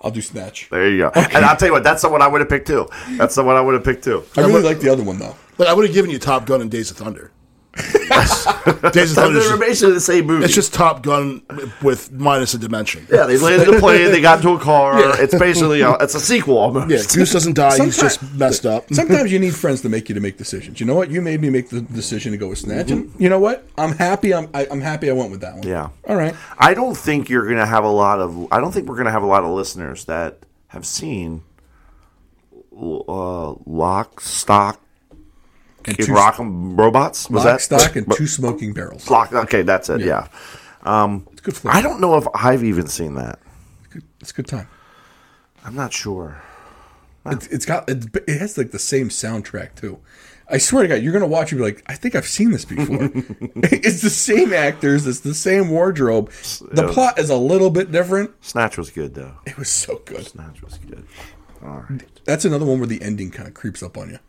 I'll do Snatch. There you go. And I'll tell you what, that's the one I would have picked too. That's the one I would have picked too. I really like the other one though. Like I would have given you Top Gun and Days of Thunder. *laughs* Days of They're Thunder. they're basically the same movie. It's just Top Gun with minus a dimension. yeah, they landed a plane, they got into a car. It's basically a, it's a sequel almost. Yeah, Goose doesn't die. Sometimes- He's just messed *laughs* up. Sometimes you need friends to make you to make decisions. You know what? You made me make the decision to go with Snatch, and you know what? I'm happy. I'm I, I'm happy. I went with that one. Yeah. All right. I don't think you're going to have a lot of. I don't think we're going to have a lot of listeners that have seen uh, Lock, Stock, And Kid Rock'em Robots. Was lock, that stock, and two smoking barrels. Lock? Okay, that's it. Yeah. It's good flick. I don't know if I've even seen that. It's good- It's a good time. I'm not sure. It's, it's got it's, it has like the same soundtrack too. I swear to God, you're gonna watch and be like, I think I've seen this *laughs* before. *laughs* it's the same actors. It's the same wardrobe. The Yeah. plot is a little bit different. Snatch was good though. It was so good. Snatch was good. All right. That's another one where the ending kind of creeps up on you.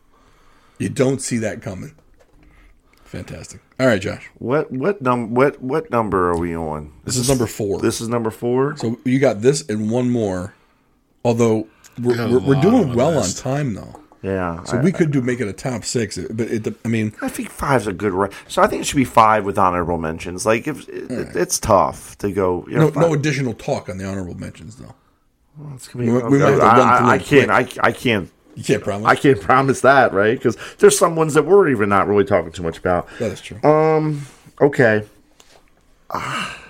You don't see that coming. Fantastic. All right, Josh. What what num what what number are we on? This is number four. This is number four. so you got this and one more. Although we're, Got a we're, we're lot on doing my well list. on time though, Yeah. so I, we could do make it a top six. But it, I mean, I think five's a good ra So I think it should be five with honorable mentions. Like if it, it's tough to go. You know, no, five- no additional talk on the honorable mentions though. It's gonna be- We- we might have to I, run I- through I it can't. I, I can't. You can't promise. I can't promise that, right? Because there's some ones that we're even not really talking too much about. that is Um, true. Okay. Ah.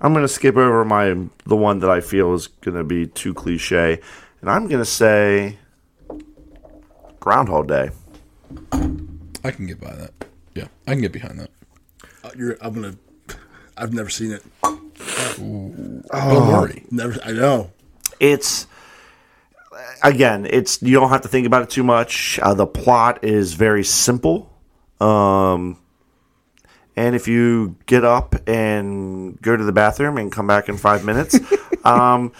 I'm gonna skip over my the one that I feel is gonna be too cliche, and I'm gonna say Groundhog Day. I can get by that. Yeah, I can get behind that. Uh, You're, I'm gonna. I've never seen it. Don't worry. Never. I know. It's again, it's you don't have to think about it too much. Uh, the plot is very simple. Um, and if you get up and go to the bathroom and come back in five minutes, um,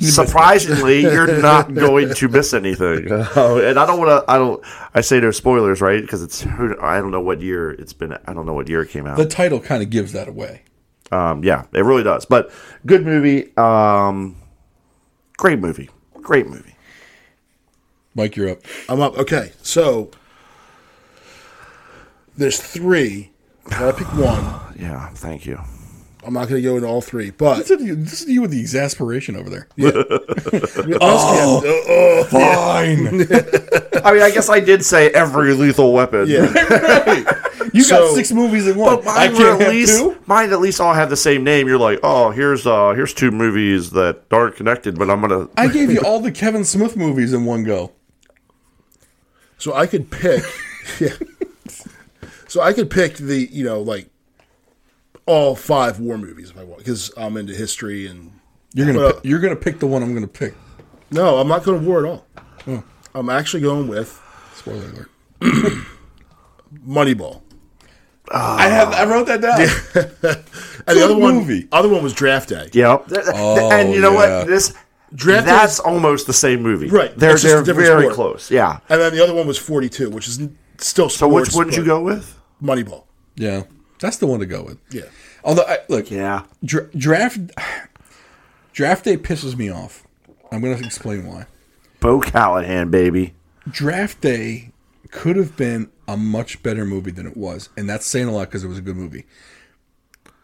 surprisingly, you're not going to miss anything. Uh, and I don't want to. I don't. I say there's spoilers, right? Because it's. I don't know what year it's been. I don't know what year it came out. The title kind of gives that away. Um, yeah, it really does. But good movie. Um, great movie. Great movie. Mike, you're up. I'm up. Okay, so there's three. I gotta pick one. Yeah, thank you. I'm not gonna go into all three, but This is you- this is you with the exasperation over there. oh, yeah, oh, oh. *laughs* Fine. I mean, I guess I did say every Lethal Weapon. yeah. You got So- six movies in one. But I mine were can't at have least two. mine at least all have the same name. You're like, oh, here's uh here's two movies that aren't connected, but I'm gonna I gave you all the Kevin Smith movies in one go. So I could pick. *laughs* Yeah. So I could pick the you know like all five war movies if I want because I'm into history and You're gonna Well- pi- you're gonna pick the one I'm gonna pick. no, I'm not going to war at all. Hmm. I'm actually going with Spoiler alert. Moneyball. I have I wrote that down. And the Good other one, movie. other one was Draft Day. *laughs* Yep. and you know yeah. what? This Oh, Draft that's is- almost the same movie. Right. They're It's just a they're different very sport. close. Yeah. And then the other one was 42, which is n- still sports. So which one would you but go with? Moneyball. Yeah, that's the one to go with. Yeah. Although I, look, Yeah. Dra- draft draft day pisses me off. I'm gonna explain why. Bo Callahan, baby. Draft Day could have been a much better movie than it was, and that's saying a lot because it was a good movie.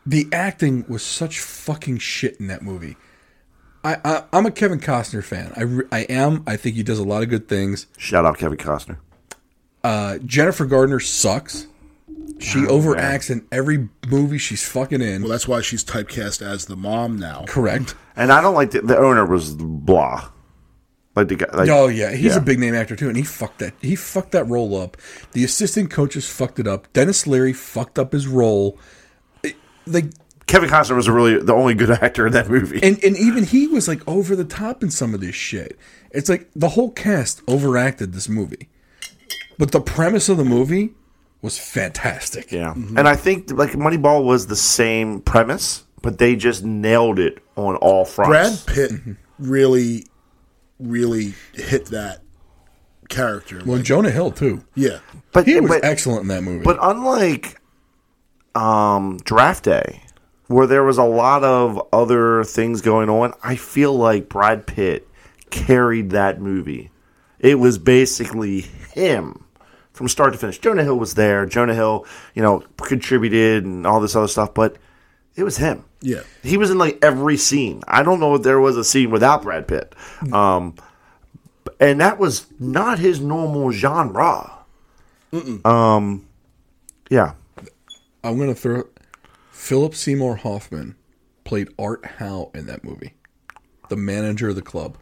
The acting was such fucking shit in that movie. I, I I'm a Kevin Costner fan. I re- I am. I think he does a lot of good things. Shout out Kevin Costner. Uh, Jennifer Gardner sucks. She overacts in every movie she's fucking in. Well, that's why she's typecast as the mom now. Correct. And I don't like the, the owner was blah. Like the guy. Like, Oh yeah, he's Yeah. a big name actor too, and he fucked that. He fucked that role up. The assistant coaches fucked it up. Dennis Leary fucked up his role. like Kevin Costner was really the only good actor in that movie. and and even he was like over the top in some of this shit. It's like the whole cast overacted this movie, but the premise of the movie was fantastic. yeah, and I think like Moneyball was the same premise, but they just nailed it on all fronts. Brad Pitt Mm-hmm. really, really hit that character. Well, Like, Jonah Hill too. yeah, but He was but, excellent in that movie. But unlike um, Draft Day, where there was a lot of other things going on, I feel like Brad Pitt carried that movie. It was basically him from start to finish. Jonah Hill was there. Jonah Hill, you know, contributed and all this other stuff, but it was him. yeah. He was in like every scene. I don't know if there was a scene without Brad Pitt. Um, and that was not his normal genre. Um, yeah. I'm gonna throw Philip Seymour Hoffman played Art Howe in that movie, the manager of the club.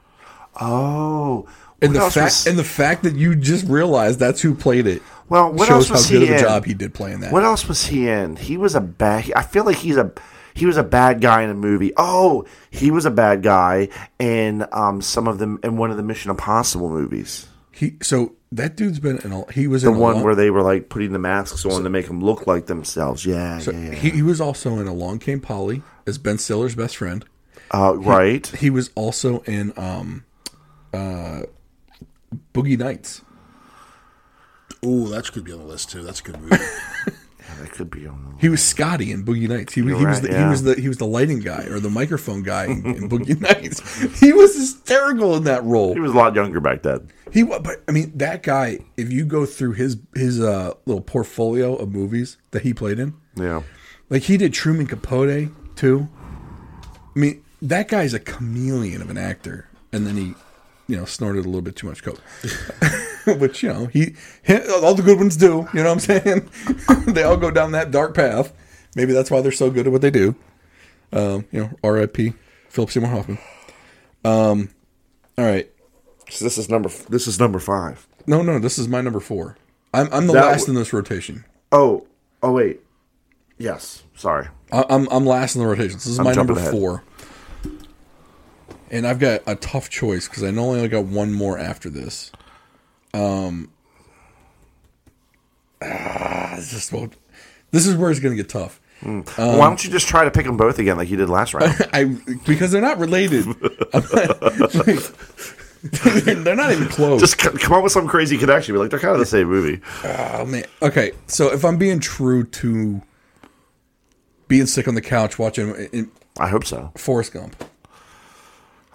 Oh. And What the else fact was- and the fact that you just realized that's who played it well, what shows else was how good he of a in? job he did playing that. What else was he in? He was a bad. I feel like he's a he was a bad guy in a movie. Oh, he was a bad guy in um some of them in one of the Mission Impossible movies. He so that dude's been in a, he was The in a one long, where they were like putting the masks on to make them look like themselves. Yeah, yeah, yeah. he, he was also in Along Came Polly as Ben Stiller's best friend. Uh, right. He was also in um uh Boogie Nights. Ooh, that could be on the list too. That's a *laughs* good movie. That could be on. He was Scotty in Boogie Nights. He, was he was right, the, yeah. he was the he was the lighting guy or the microphone guy in, in *laughs* Boogie Nights. He was hysterical in that role. He was a lot younger back then. He wa- but I mean that guy. If you go through his his uh little portfolio of movies that he played in, Yeah. Like he did Truman Capote too. I mean, that guy's a chameleon of an actor. And then he, you know, snorted a little bit too much coke, *laughs* which you know he, he all the good ones do. You know what I'm saying? *laughs* they all go down that dark path. Maybe that's why they're so good at what they do. Um, you know, R.I.P. Philip Seymour Hoffman. Um, all right, So this is number. f- This is number five. no, no, this is my number four. I'm, I'm the That last w- in this rotation. Oh. Oh wait. Yes. Sorry. I- I'm I'm last in the rotation. This is I'm my jumping number ahead. four, and I've got a tough choice because I know I only got one more after this. Um, ah, it's just won't- this is where it's going to get tough. *laughs* Um, Why don't you just try to pick them both again like you did last round? I because they're not related. *laughs* I'm not- they're not even close. just c- come up with some crazy connection. Be like they're kind of the same movie. Oh, man. Okay, so if I'm being true to being sick on the couch watching in, I hope so. Forrest Gump.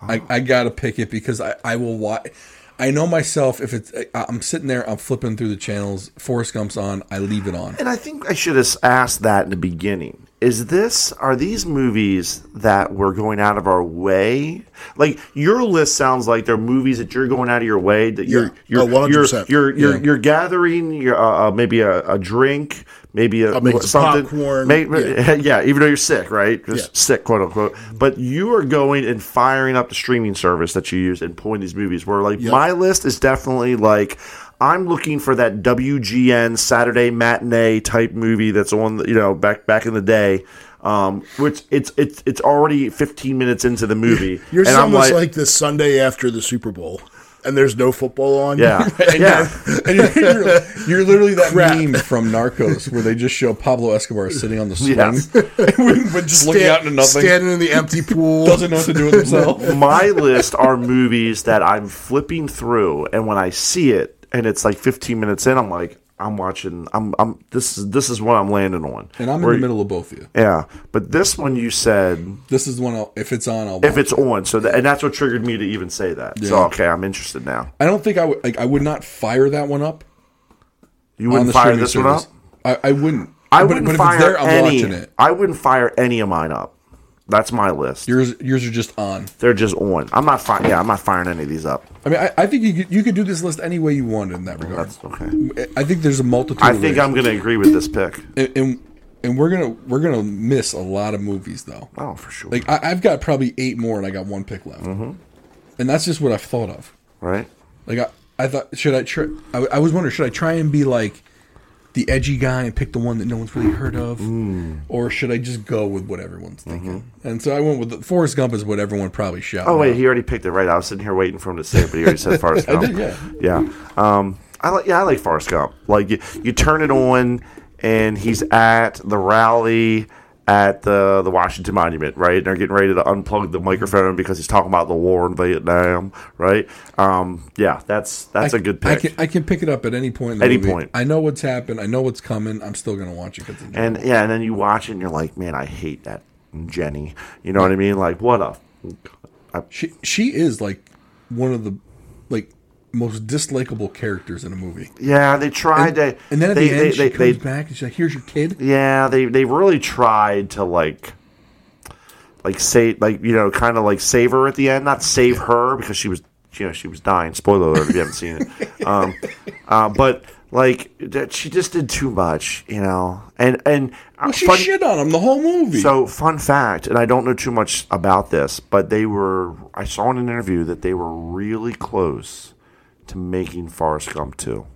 I, I gotta pick it because I, I will watch. I know myself if it's I- I'm sitting there, I'm flipping through the channels. Forrest Gump's on, I leave it *laughs* on. And I think I should have asked that in the beginning. Is this are these movies that we're going out of our way? Like your list sounds like they're movies that you're going out of your way that you're Yeah. you're Oh, 100%. you're you're, you're, Yeah. you're gathering your uh, uh, maybe a, a drink, maybe a I'll make some something. popcorn. May- Yeah. *laughs* yeah. even though you're sick, right? Just Yeah. sick, quote unquote. But you are going and firing up the streaming service that you use and pulling these movies. Where like Yep. my list is definitely like I'm looking for that WGN Saturday matinee type movie that's on the- you know back back in the day. Um, which it's it's it's already 15 minutes into the movie, Yours is and I'm almost like, like, the Sunday after the Super Bowl, and there's no football on. *laughs* yeah, And yeah. you're- *laughs* and you're, you're, you're literally that Crap. meme from Narcos where they just show Pablo Escobar sitting on the swing, Yeah. *laughs* but just looking Stand- out into nothing, standing in *laughs* the empty pool. doesn't know what to *laughs* do with himself. my list are movies that I'm flipping through, and when I see it, and it's like 15 minutes in, I'm like, I'm watching. I'm. I'm. This is this is what I'm landing on. And I'm in Where- the middle of both of you. Yeah, but this one you said This is the one. I'll, if it's on, I'll. if it's on, so that, and that's what triggered me to even say that. So Yeah. okay, I'm interested now. I don't think I would. Like, I would not fire that one up You on the wouldn't fire streaming this one up. service. I, I wouldn't. I But- wouldn't but if fire it's there, I'm any. watching it. I wouldn't fire any of mine up. That's my list. Yours, yours are just on. They're just on. I'm not firing. Yeah, I'm not firing any of these up. I mean, I, I think you could, you could do this list any way you want in that regard. That's okay. I think there's a multitude. I of think ways. I'm going to agree with this pick. and, and and we're gonna we're gonna miss a lot of movies though. Oh, for sure. Like I, I've got probably eight more, and I got one pick left, Mm-hmm. and that's just what I've thought of. right. Like I, I thought, should I try? I, I was wondering, should I try and be like the edgy guy and pick the one that no one's really heard of, Mm. or should I just go with what everyone's thinking? And so I went with the, Forrest Gump is what everyone probably shot. Mm-hmm. Oh wait, out. he already picked it right. I was sitting here waiting for him to say it, but he *laughs* already said Forrest Gump. did, yeah. yeah. Um, I like yeah, I like Forrest Gump. Like you, you turn it on, and he's at the rally at the the Washington Monument, right? And they're getting ready to unplug the microphone because he's talking about the war in Vietnam, right? Um, yeah, that's that's a I- good pick. I can, I can pick it up at any point. In the Any movie. point. I know what's happened. I know what's coming. I'm still gonna watch it. 'cause it's- And yeah, and then you watch it and you're like, man, I hate that Jenny. You know what I mean? Like, what a. she she is like one of the like most dislikable characters in a movie. Yeah, they tried to. And then at they, the end, they, she they, comes they- back and she's like, "Here's your kid." yeah, they they really tried to like. Like say like you know, kind of like save her at the end, not save her because she was you know she was dying. Spoiler alert if you haven't seen *laughs* it. Um, uh, but like that, she just did too much, you know. And and uh, Well, she fun- shit on him the whole movie. So, fun fact, and I don't know too much about this, but they were, I saw in an interview that they were really close to making Forrest Gump 2.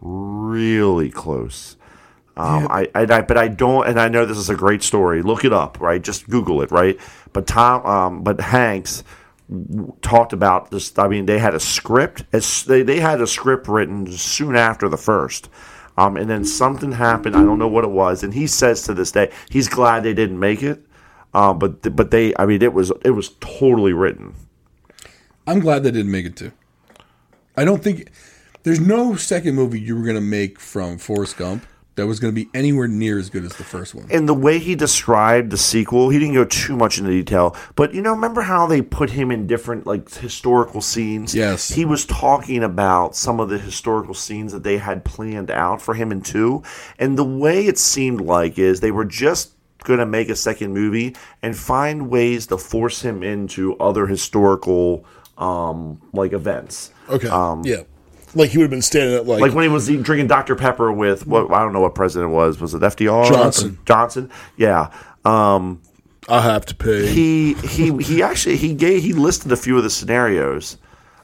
Really close. Um, I, I, I, but I don't, and I know this is a great story. Look it up, right? Just Google it, right? But Tom, um, but Hanks w- talked about this. I mean, they had a script. As they, they had a script written soon after the first, um, and then something happened. I don't know what it was. And he says to this day, he's glad they didn't make it. Um, but th- but they, I mean, it was it was totally written. I'm glad they didn't make it too. I don't think there's no second movie you were gonna make from Forrest Gump that was gonna be anywhere near as good as the first one. and the way he described the sequel, he didn't go too much into detail. But you know, remember how they put him in different like historical scenes? Yes. He was talking about some of the historical scenes that they had planned out for him in two. And the way it seemed like is they were just gonna make a second movie and find ways to force him into other historical um like events. Okay. Um, yeah. Like he would have been standing at like, Like when he was eating- drinking Dr. Pepper with what I don't know what president it was. Was it FDR? Johnson. Johnson. Yeah. Um I have to pay. he he he actually he gave he listed a few of the scenarios.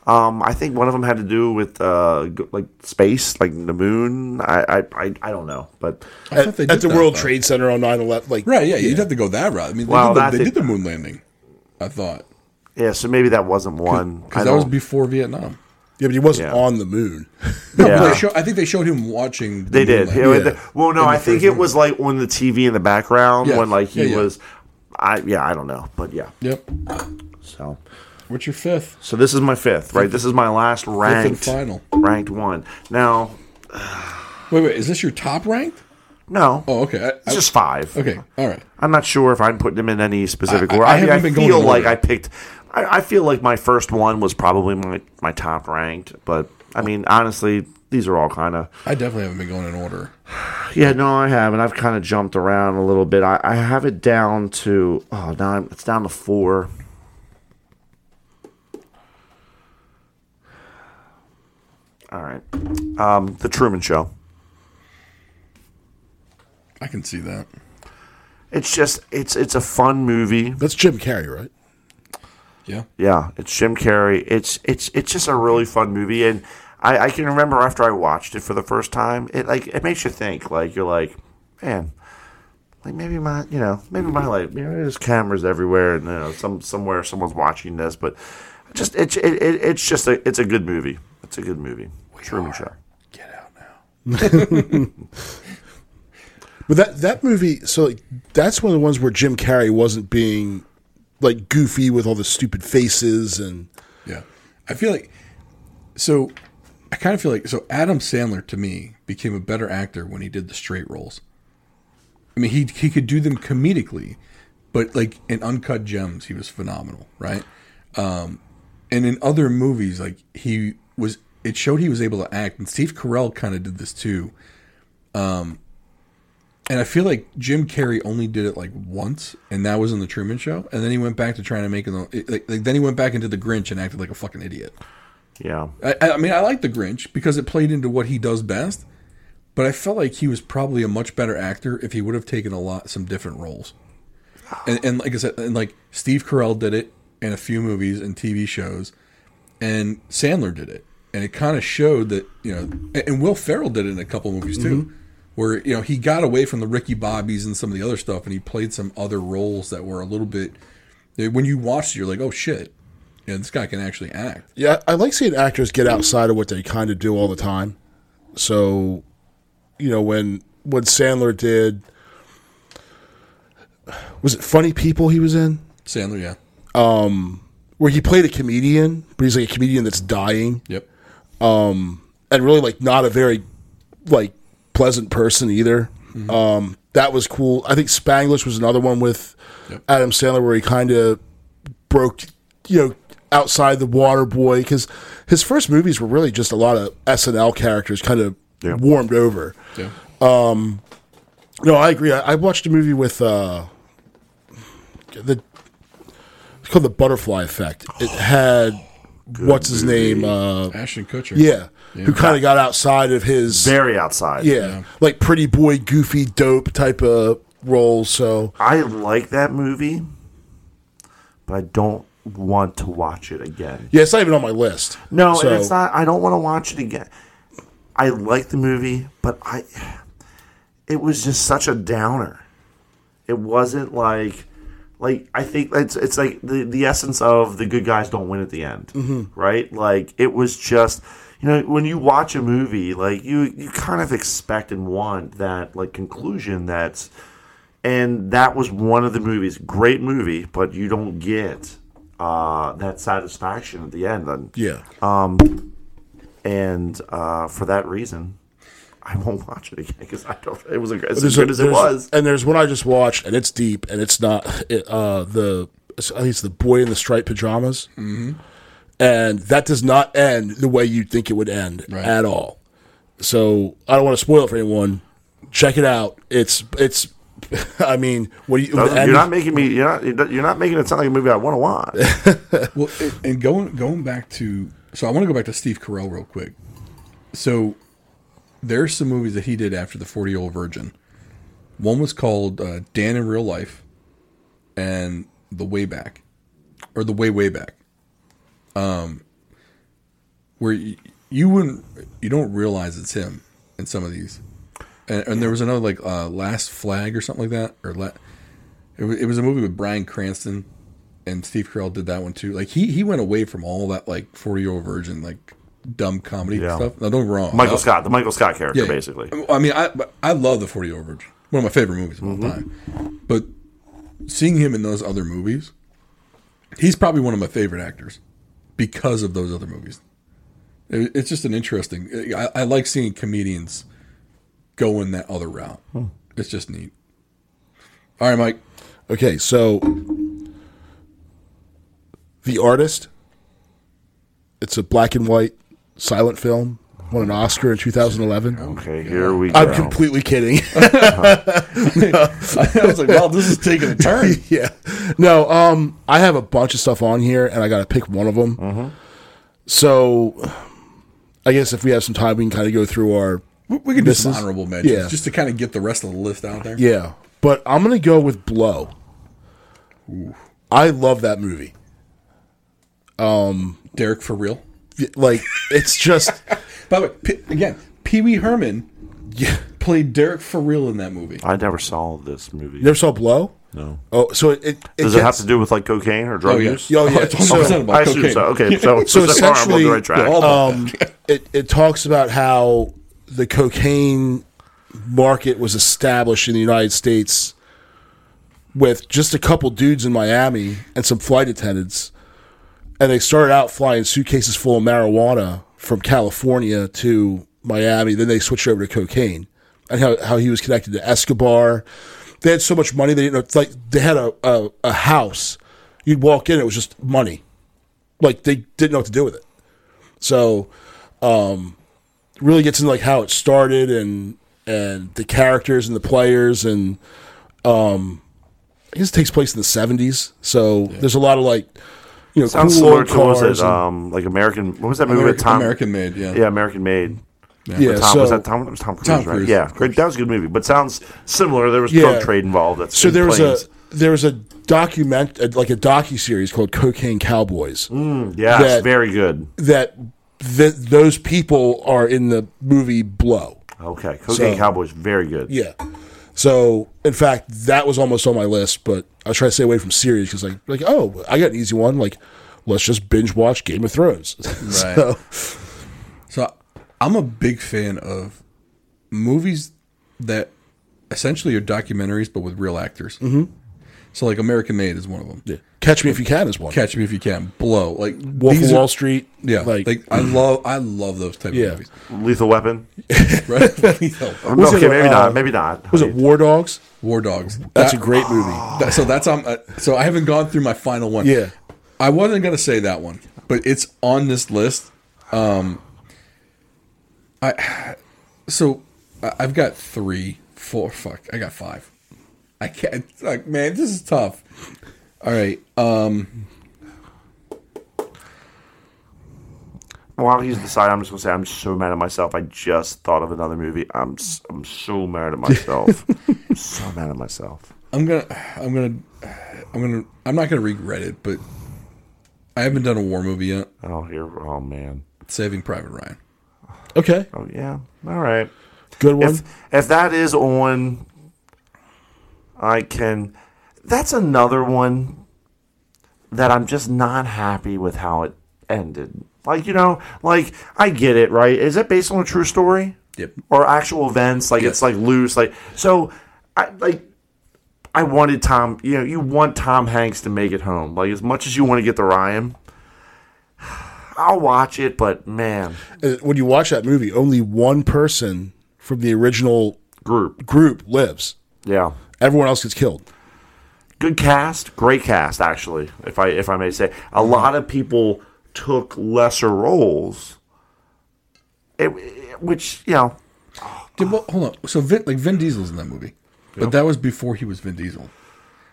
Um, I think one of them had to do with uh, g- like space, like the moon. I I, I, I don't know, but I at, thought they at did the that, World though. Trade Center on 9-11. Like Right? Yeah, you'd have to go that route. I mean, they, Well, did, I the, they think- did the moon landing. I thought yeah. So maybe that wasn't one. I because that was don't- before Vietnam. Yeah, but he wasn't Yeah. on the moon. *laughs* No, Yeah. but they show, I think they showed him watching. The They moon did. landing. Yeah, Yeah. Well, no, In the I think first it one. was like on the TV in the background Yes. when like he Yeah, yeah. was. I yeah, I don't know, but yeah. Yep. So What's your fifth? so this is my fifth, right? This is my last and ranked final. ranked one. Now Wait, wait. Is this your top ranked? no, Oh, okay. I- I, it's just five. okay. All right. I'm not sure if I'm putting them in any specific I- I- order. I I, mean, I, haven't been going feel in like order. I picked. I, I feel like my first one was probably my, my top ranked, but I mean, honestly, these are all kind of. I definitely haven't been going in order. Yeah, no, I haven't. I've kind of jumped around a little bit. I, I have it down to. Oh, now I'm, it's down to four. All right. Um, the Truman Show. I can see that. It's just it's it's a fun movie. That's Jim Carrey, right? Yeah. Yeah, it's Jim Carrey. It's it's it's just a really fun movie, and I, I can remember after I watched it for the first time, it like it makes you think. Like you're like, man, like maybe my you know maybe my life you know there's cameras everywhere and you know some somewhere someone's watching this, but just it's it, it, it's just a it's a good movie. It's a good movie. Truman Show. Get out now. But that that movie, so like, that's one of the ones where Jim Carrey wasn't being like goofy with all the stupid faces and Yeah. I feel like so. I kind of feel like so. Adam Sandler to me became a better actor when he did the straight roles. I mean, he he could do them comedically, but like in Uncut Gems, he was phenomenal, right? Um, and in other movies, like he was, it showed he was able to act. And Steve Carell kind of did this too. Um, and I feel like Jim Carrey only did it like once, and that was in the Truman Show. And then he went back to trying to make it. Like, like then he went back into the Grinch and acted like a fucking idiot. Yeah, I, I mean, I like the Grinch because it played into what he does best. But I felt like he was probably a much better actor if he would have taken a lot some different roles. And, and like I said, and like Steve Carell did it in a few movies and TV shows, and Sandler did it. and it kind of showed that you know, and, and Will Ferrell did it in a couple movies too, where you know he got away from the Ricky Bobbies and some of the other stuff, and he played some other roles that were a little bit. eh, When you watch, it, you're like, oh shit, you know, this guy can actually act. Yeah, I like seeing actors get outside of what they kind of do all the time. So, you know, when when Sandler did was it Funny People he was in? Sandler, yeah, Where he played a comedian, but he's like a comedian that's dying yep, and really like not a very like pleasant person either. Um that was cool. I think Spanglish was another one with Yep. Adam Sandler where he kind of broke, you know, outside the water boy because his first movies were really just a lot of SNL characters kind of Yeah. warmed over. yeah. No, I agree. I, I watched a movie with uh, the it's called the Butterfly Effect. It had what's his name? Uh, Ashton Kutcher, yeah, who kind of got outside of his Very outside. yeah, like pretty boy, goofy, dope type of role. So I like that movie, but I don't want to watch it again. yeah, it's not even on my list. No, so, and it's not. I don't want to watch it again. I like the movie, but I. It was just such a downer. It wasn't like, like I think it's it's like the the essence of the good guys don't win at the end, right? Like it was just. You know, when you watch a movie, like you, you kind of expect and want that like conclusion that's and that was one of the movies. Great movie, but you don't get uh, that satisfaction at the end. And, Yeah, and uh, for that reason, I won't watch it again because I don't. It was a, as There's good a- as it there's- was. and there's one I just watched, and it's deep, and it's not it, uh, the I think it's the boy in the striped pajamas, mm-hmm. and that does not end the way you'd think it would end at all. So I don't want to spoil it for anyone. Check it out. It's it's. *laughs* I mean, what do you? Doesn't- and- you're not making me. You're not. You're not making it sound like a movie I want to *laughs* watch. Well, and- and going going back to so I want to go back to Steve Carell real quick. So there's some movies that he did after the 40 Year Old Virgin. One was called uh, Dan in Real Life, and The Way Back, or The Way Way Back, um, where you, you wouldn't you don't realize it's him in some of these. And, and there was another like uh, Last Flag or something like that, or la- it, wa- it was a movie with Brian Cranston and Steve Carell did that one too. Like he he went away from all that like forty year old virgin like dumb comedy Yeah. stuff. Now don't get me wrong, Michael I- Scott, the Michael Scott character, yeah. basically. I mean, I but I love the Forty Year Old Virgin, one of my favorite movies of Mm-hmm. all time. But seeing him in those other movies, he's probably one of my favorite actors because of those other movies. It- It's just an interesting. I, I like seeing comedians go in that other route. Hmm. It's just neat. All right, *laughs* Mike. *laughs* Okay, so The Artist. It's a black and white silent film. Won an Oscar in 2011. Okay, here we go. I'm completely kidding. *laughs* I was like, wow, this is taking a turn. *laughs* yeah. No, um, I have a bunch of stuff on here, and I got to pick one of them. So, I guess if we have some time, we can kind of go through our. We, we can do This some is- honorable mentions yeah. just to kind of get the rest of the list out there. Yeah, but I'm gonna go with Blow. I love that movie. Derek, for real. Y- Like, it's just By the way, P- again, Pee Wee Herman yeah. played Derek for real in that movie. I never saw this movie. You never saw Blow? No. Oh, so it, it, it Does it have gets- to do with like cocaine or drug Oh, yeah. use? Yo, yeah. it's 100% about I assume cocaine. so. Okay, so, So so, I'm on essentially- the right track. They're all about um, it, it talks about how the cocaine market was established in the United States with just a couple dudes in Miami and some flight attendants. And they started out flying suitcases full of marijuana from California to Miami. Then they switched over to cocaine and how, how he was connected to Escobar. They had so much money. They didn't know. it's Like they had a, a, a house. You'd walk in. It was just money. Like they didn't know what to do with it. So, um, really gets into like how it started and and the characters and the players and um, I guess it takes place in the seventies. So there's a lot of like you know Sounds cool similar old to what was cars. it? and- Um, like American. What was that movie? with American, Tom, American made, yeah. Yeah, American Made. yeah, Tom, so was that Tom? It was Tom Cruise, Tom right? Cruise, yeah, of great. That was a good movie, but sounds similar. There was Yeah. drug trade involved. That's so in there was a planes. there was a document like a docu series called Cocaine Cowboys Hmm, yeah, that- it's very good. that th- those people are in the movie Blow. Okay, Cocaine So- Cowboys, very good. Yeah. So, in fact, that was almost on my list, but I was trying to stay away from series because, like, like, oh, I got an easy one. Like, let's just binge watch Game of Thrones. *laughs* so, So I'm a big fan of movies that essentially are documentaries but with real actors. Mm-hmm. So like American Made is one of them. yeah. Catch Me If You Can is one. Catch Me If You Can, Blow, like Wolf these of are- Wall Street. Yeah, like, Like, I love I love those type Yeah. of movies. *laughs* Lethal Weapon. Right? *laughs* Was okay, it, maybe uh, not. Maybe not. was it War Dogs? War Dogs. That's That- a great *sighs* movie. that- so that's um. uh, So I haven't gone through my final one. Yeah. I wasn't gonna say that one, but it's on this list. Um, I so I- I've got three, four. Fuck, I got five. I can't. Like, man, this is tough. All right. Um, While he's deciding, I'm just gonna say I'm so mad at myself. I just thought of another movie. I'm s- I'm so mad at *laughs* myself. I'm so mad at myself. I'm gonna. I'm gonna. I'm gonna. I'm not gonna regret it, but I haven't done a war movie yet. Oh here. Oh man. Saving Private Ryan. Okay. Oh yeah. All right. Good one. If if that is on, I can. That's another one that I'm just not happy with how it ended. Like you know, like I get it, right? Is it based on a true story? Yep. or actual events. Like it's like loose. Like so, I like. I wanted Tom. You know, you want Tom Hanks to make it home. Like as much as you want to get the Ryan, *sighs* I'll watch it. But man, Uh, when you watch that movie, only one person from the original group, group lives. yeah, Everyone else gets killed. good cast, great cast. Actually, if I if I may say, a Mm-hmm. lot of people took lesser roles, it, which you know, Did, well, hold on. So Vin, like Vin Diesel's in that movie, but that was before he was Vin Diesel.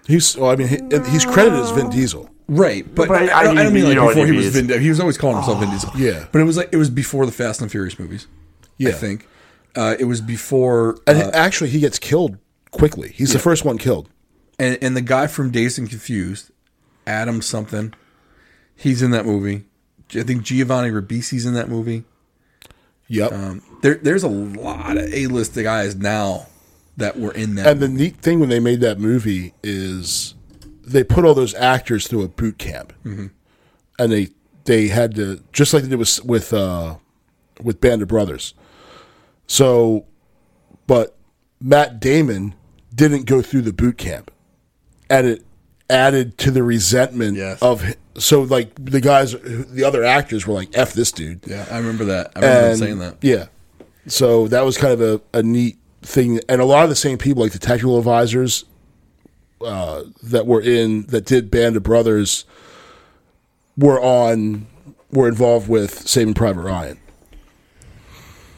He's, well, I mean, he, he's credited as Vin Diesel. Right, but, But I- I, I don't, I don't mean mean, you like know what before I he mean, Ah. was Vin. He was always calling himself Vin Diesel. yeah. but it was like it was before the Fast and Furious movies. I Yeah. think uh, it was before, And uh, actually, he gets killed quickly. He's the first one killed. and, and the guy from Dazed and Confused, Adam something, he's in that movie. I think Giovanni Ribisi's in that movie. Yep. There, there's a lot of A-list guys now that were in that. and the neat thing when they made that movie is they put all those actors through a boot camp, Mm-hmm. and they they had to just like they did with with uh, with Band of Brothers. So, but Matt Damon didn't go through the boot camp, and it added to the resentment Yes. of. hi- So like the guys, the other actors were like, "F this dude." yeah, I remember that. I remember him And- saying that. Yeah. So that was kind of a, a neat thing. And a lot of the same people, like the technical advisors uh, that were in, that did Band of Brothers, were on, were involved with Saving Private Ryan.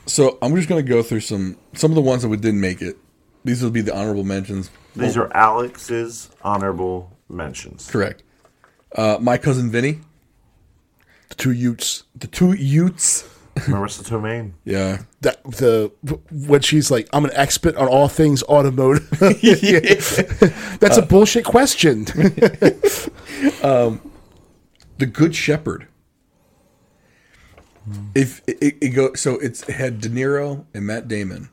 So I'm just gonna go through some some of the ones that we didn't make it. These will be the honorable mentions. these are Alex's honorable *laughs* mentions. Correct. Uh, my cousin Vinny, The two Utes. the two Utes. Marissa Tomei. Yeah. That the when she's like, I'm an expert on all things automotive. *laughs* That's Uh, a bullshit *laughs* question. *laughs* The Good Shepherd. If it, it, it go so it's it had De Niro and Matt Damon,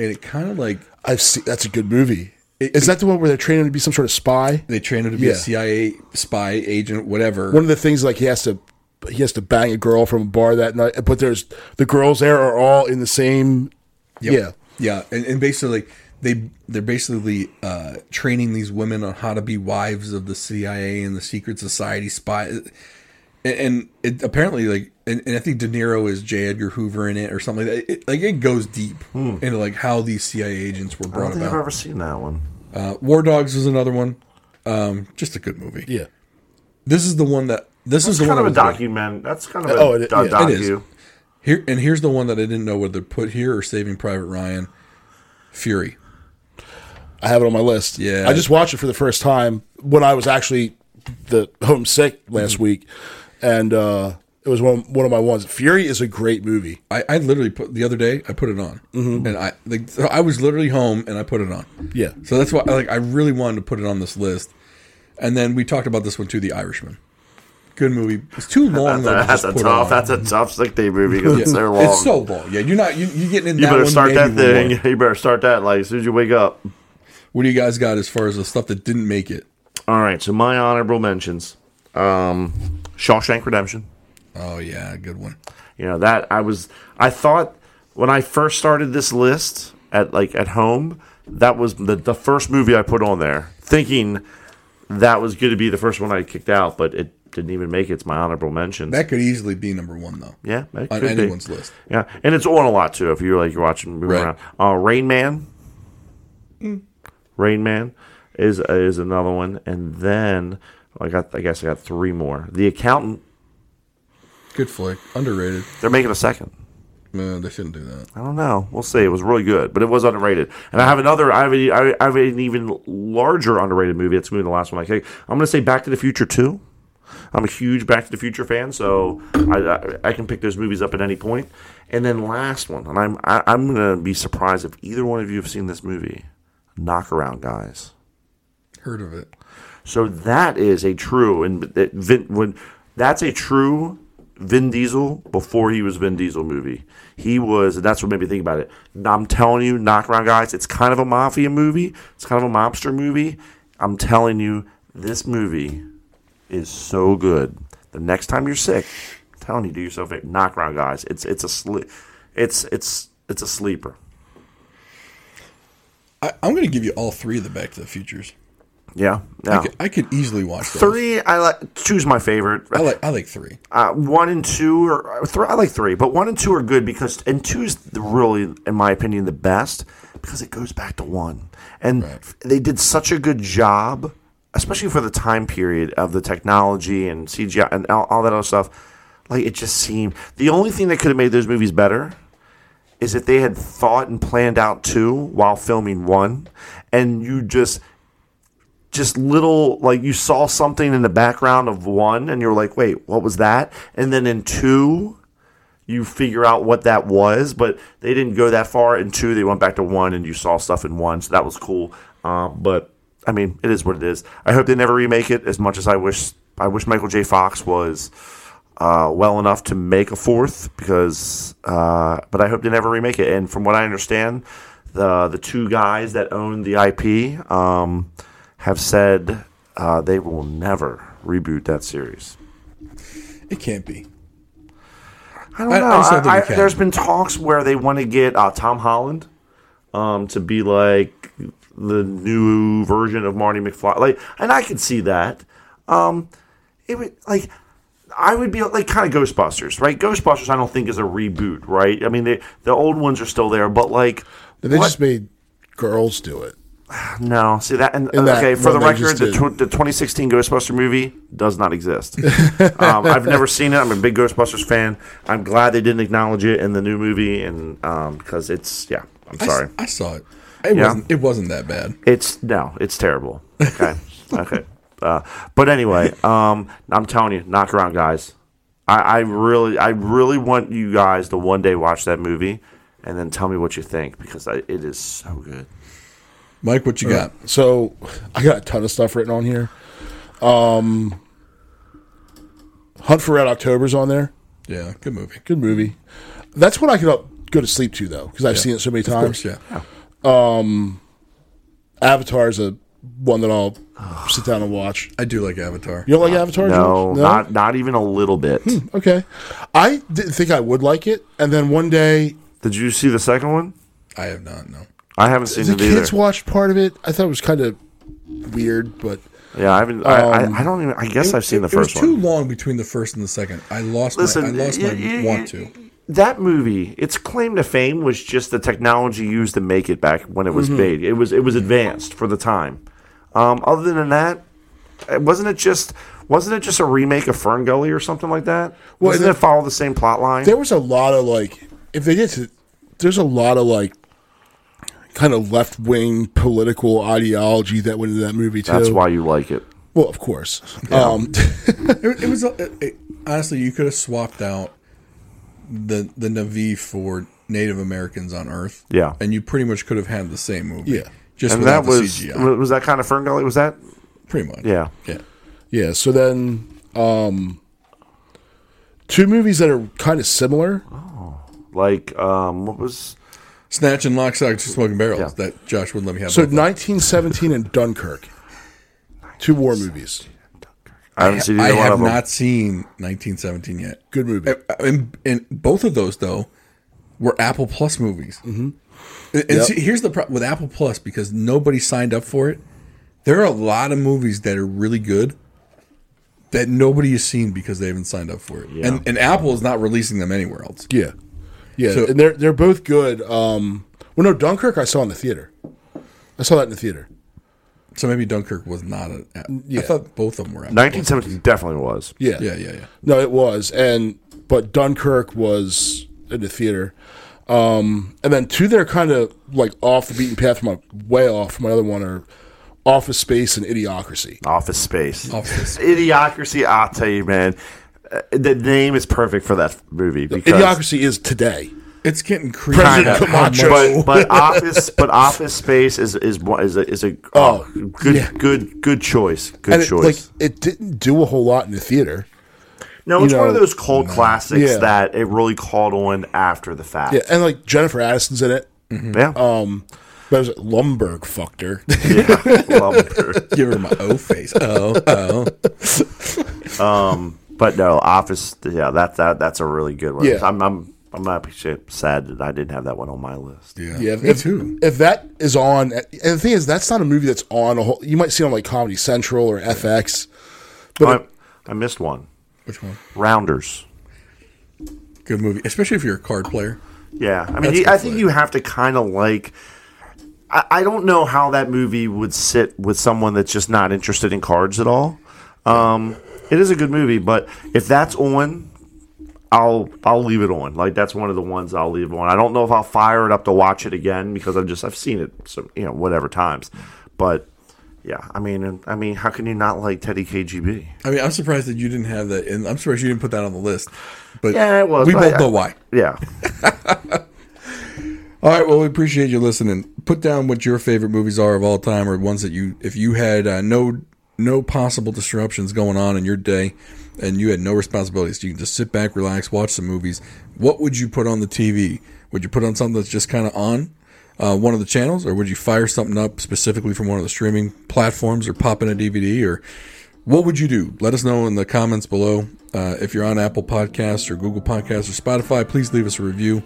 and it kind of like I've seen. That's a good movie. Is that the one where they're training to be some sort of spy? they trained him to be Yeah. a CIA spy agent, whatever. one of the things like he has to he has to bang a girl from a bar that night but there's the girls there are all in the same yeah Yeah, and, and basically they they're basically uh, training these women on how to be wives of the CIA and the secret society spy. And, and it apparently, like, and, and I think De Niro is J. Edgar Hoover in it or something like that. It, like, it goes deep Hmm. into like how these CIA agents were I brought don't think I've about. ever seen that one. Uh, War Dogs was another one. Um, just a good movie. yeah This is the one that this is the It's kind one of a that was good. document. That's kind of a Oh, it- do- yeah, it is. docu. Here and here's the one that I didn't know whether to put here or Saving Private Ryan. Fury. i have it on my list Yeah. i just watched it for the first time when i was actually the homesick last week and uh it was one one of my ones fury is a great movie I, I literally put the other day I put it on, Mm-hmm. and I like so I was literally home and I put it on. yeah So that's why like I really wanted to put it on this list, and then we talked about this one too, The Irishman. Good movie. It's too long. *laughs* That's though, to just a, that's a put tough. on. Mm-hmm. That's a tough sick day movie because Yeah. it's so long. It's so long. Yeah, you're not. You, you're getting in you that better one, start that maybe one. thing. You better start that like as soon as you wake up. What do you guys got as far as the stuff that didn't make it? All right. So my honorable mentions: um, Shawshank Redemption. Oh yeah, good one. You know that I was. I thought when I first started this list at like at home, that was the the first movie I put on there, thinking that was going to be the first one I kicked out, but it didn't even make it. It's my honorable mentions. That could easily be number one though yeah, that on could be. anyone's list. Yeah, and it's on a lot too. If you're like you're watching moving Right. Hmm. around, uh, Rain Man, Rain Man is is another one, and then I got I guess I got three more. The Accountant, Good flick, underrated. they're making a second. No, they shouldn't do that. I don't know. We'll see. It was really good, but it was underrated. And I have another. I have, a, I I have an even larger underrated movie. That's moving the last one I kicked. I'm going to say Back to the Future Two. I'm a huge Back to the Future fan, so I, I, I can pick those movies up at any point. And then last one, and I'm I, I'm going to be surprised if either one of you have seen this movie, Knockaround Guys. Heard of it? So that is a true and that Vin, when that's a true Vin Diesel before he was Vin Diesel movie. He was, and that's what made me think about it. I'm telling you, Knockaround Guys, it's kind of a mafia movie. It's kind of a mobster movie. I'm telling you, this movie is so good. The next time you're sick, I'm telling you, do yourself a Knockaround Guys. It's it's a sli- it's it's it's a sleeper. I, I'm going to give you all three of the Back to the Futures. Yeah, I now, could, I could easily watch those. three. I like choose my favorite. *laughs* I like I like three. uh, one and two are th- I like three, but one and two are good because and two is the- really, in my opinion, the best because it goes back to one, and f- they did such a good job, especially for the time period of the technology and CGI and all, all that other stuff. Like it just seemed the only thing that could have made those movies better is if they had thought and planned out two while filming one, and you just just little like you saw something in the background of one and you're like wait what was that and then in two you figure out what that was but they didn't go that far in two they went back to one and you saw stuff in one so that was cool uh, but i mean it is what it is i hope they never remake it as much as i wish i wish michael j fox was uh, well enough to make a fourth because uh, but I hope they never remake it and from what I understand the the two guys that own the IP um, have said uh, they will never reboot that series. It can't be. I don't I- I know. just don't I, think I, we can. there's been talks where they want to get uh, Tom Holland um, to be like the new version of Marty McFly. Like, and I could see that. Um, it would like I would be like kind of Ghostbusters, right? Ghostbusters, I don't think is a reboot, right? I mean, they, the old ones are still there, but like. They what- just made girls do it. no, see that. And, In that okay, for the one they record, just the, did. tw- the 2016 Ghostbuster movie does not *laughs* exist. um, I've never seen it. I'm a big Ghostbusters fan. I'm glad they didn't acknowledge it in the new movie, and because it's yeah. I'm I s- sorry. I, saw it. It Yeah. wasn't. It wasn't that bad. It's no, it's terrible. *laughs* Okay, okay. Uh, but anyway, um, I'm telling you, knock around guys. I, I really, I really want you guys to one day watch that movie, and then tell me what you think because I, it is so good. Mike, what you got? So I got a ton of stuff written on here. Um, Hunt for Red October's on there. Yeah, good movie. Good movie. That's what I could uh, go to sleep to though, because I've seen it so many Of times. course, yeah. Avatar is a one that I'll sit down and watch. I do like Avatar. You don't like Avatar? Ah. No, George? not not even a little bit. Hmm. okay. I didn't think I would like it, and then one day Did you see the second one? I have not. No. I haven't seen the it either. kids watched part of it. I thought it was kind of weird, but yeah, I haven't. I, I, I don't even. I guess I've seen the It was first too one. long between the first and the second. I lost. Listen, my, I lost my y- y- want to. That movie, its claim to fame was just the technology used to make it back when it was made. It was it was advanced for the time. Um, other than that, uh, wasn't it just wasn't it just a remake of Fern Gully or something like that? Well, Wasn't the- it follow the same plot line? there was a lot of like if they did to, there's a lot of like kind of left wing political ideology that went into that movie too. That's why you like it. Well, of course. Um, *laughs* It, it was uh, it, honestly, you could have swapped out the the Navi for Native Americans on Earth. Yeah. and you pretty much could have had the same movie. Yeah. just And without that that the was CGI. wa- was that kind of Fern Gully? Was that pretty much. yeah? yeah. yeah. So then, um, Two movies that are kind of similar. Oh, Like, um, what was? Snatch and Lock, Stock, Two Smoking Barrels. Yeah. That Josh wouldn't let me have. So So 1917 and Dunkirk, two war movies. I haven't seen I either one have of them. not seen 1917 yet. Good movie. And, and both of those though were Apple Plus movies. Mm-hmm. And, and Yep. see, here's the problem with Apple Plus because nobody signed up for it. There are a lot of movies that are really good that nobody has seen because they haven't signed up for it. And, and Apple is not releasing them anywhere else. Yeah, yeah, So- and they're they're both good. Um, well, no, Dunkirk I saw in the theater. I saw that in the theater. So maybe Dunkirk was not a. a- Mm, Yeah. I thought both of them were. Apple Plus. 1917 definitely was. Yeah, Yeah, yeah, yeah. No, it was, and but Dunkirk was in the theater, um, and then two that are kind of like off the beaten path from my way off from my other one are Office Space and Idiocracy. Office Space. Office. Idiocracy. I'll tell you, man. Uh, The name is perfect for that movie because Idiocracy is today. It's getting creepy. President how Camacho. much- but, but office but office space is is one- is a, is a uh, Oh, good yeah. good good choice good and it, choice like it didn't do a whole lot in the theater. no it's you one of know, those cult classics Yeah. that it really caught on after the fact Mm-hmm. Yeah, and like Jennifer Aniston's in it. yeah, Um, but it was like, Lumberg fucked her. *laughs* yeah. Lumber. *laughs* Give her my O face. Oh, oh. but no office yeah that, that that's a really good one Yeah. I'm, I'm I'm actually sad that I didn't have that one on my list Yeah, Yeah, me if, too. if that is on, and the thing is, that's not a movie that's on a whole. You might see it on like Comedy Central or FX. I, I missed one Which one? rounders Good movie, especially if you're a card player. Yeah, I mean, That's you, I good think play. you have to kind of like. I, I don't know how that movie would sit with someone that's just not interested in cards at all. Um, it is a good movie, but if that's on, I'll I'll leave it on. Like that's one of the ones I'll leave on. I don't know if I'll fire it up to watch it again because I've just I've seen it so you know whatever times, but yeah, I mean and- I mean how can you not like Teddy KGB? I mean, I'm surprised that you didn't have that, and I'm surprised you didn't put that on the list. But Yeah, it was, we but both I- know why. Yeah, *laughs* All right, well, we appreciate you listening. Put down what your favorite movies are of all time, or ones that you, if you had uh, no no possible disruptions going on in your day, and you had no responsibilities, you can just sit back, relax, watch some movies. What would you put on the TV? Would you put on something that's just kind of on uh, one of the channels, or would you fire something up specifically from one of the streaming platforms, or pop in a DVD, or what would you do? Let us know in the comments below. Uh, if you're on Apple Podcasts or Google Podcasts or Spotify, please leave us a review.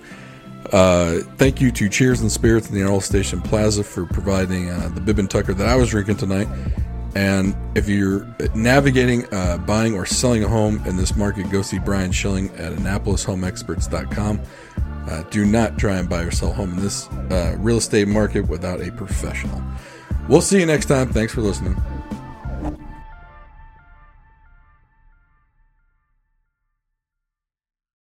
Thank you to Cheers and Spirits in the Arnold Station Plaza for providing uh, the Bib and Tucker that I was drinking tonight. And if you're navigating, uh, buying, or selling a home in this market, go see Brian Schilling at AnnapolisHomeExperts.com. Uh, do not try and buy or sell a home in this uh, real estate market without a professional. We'll see you next time. Thanks for listening.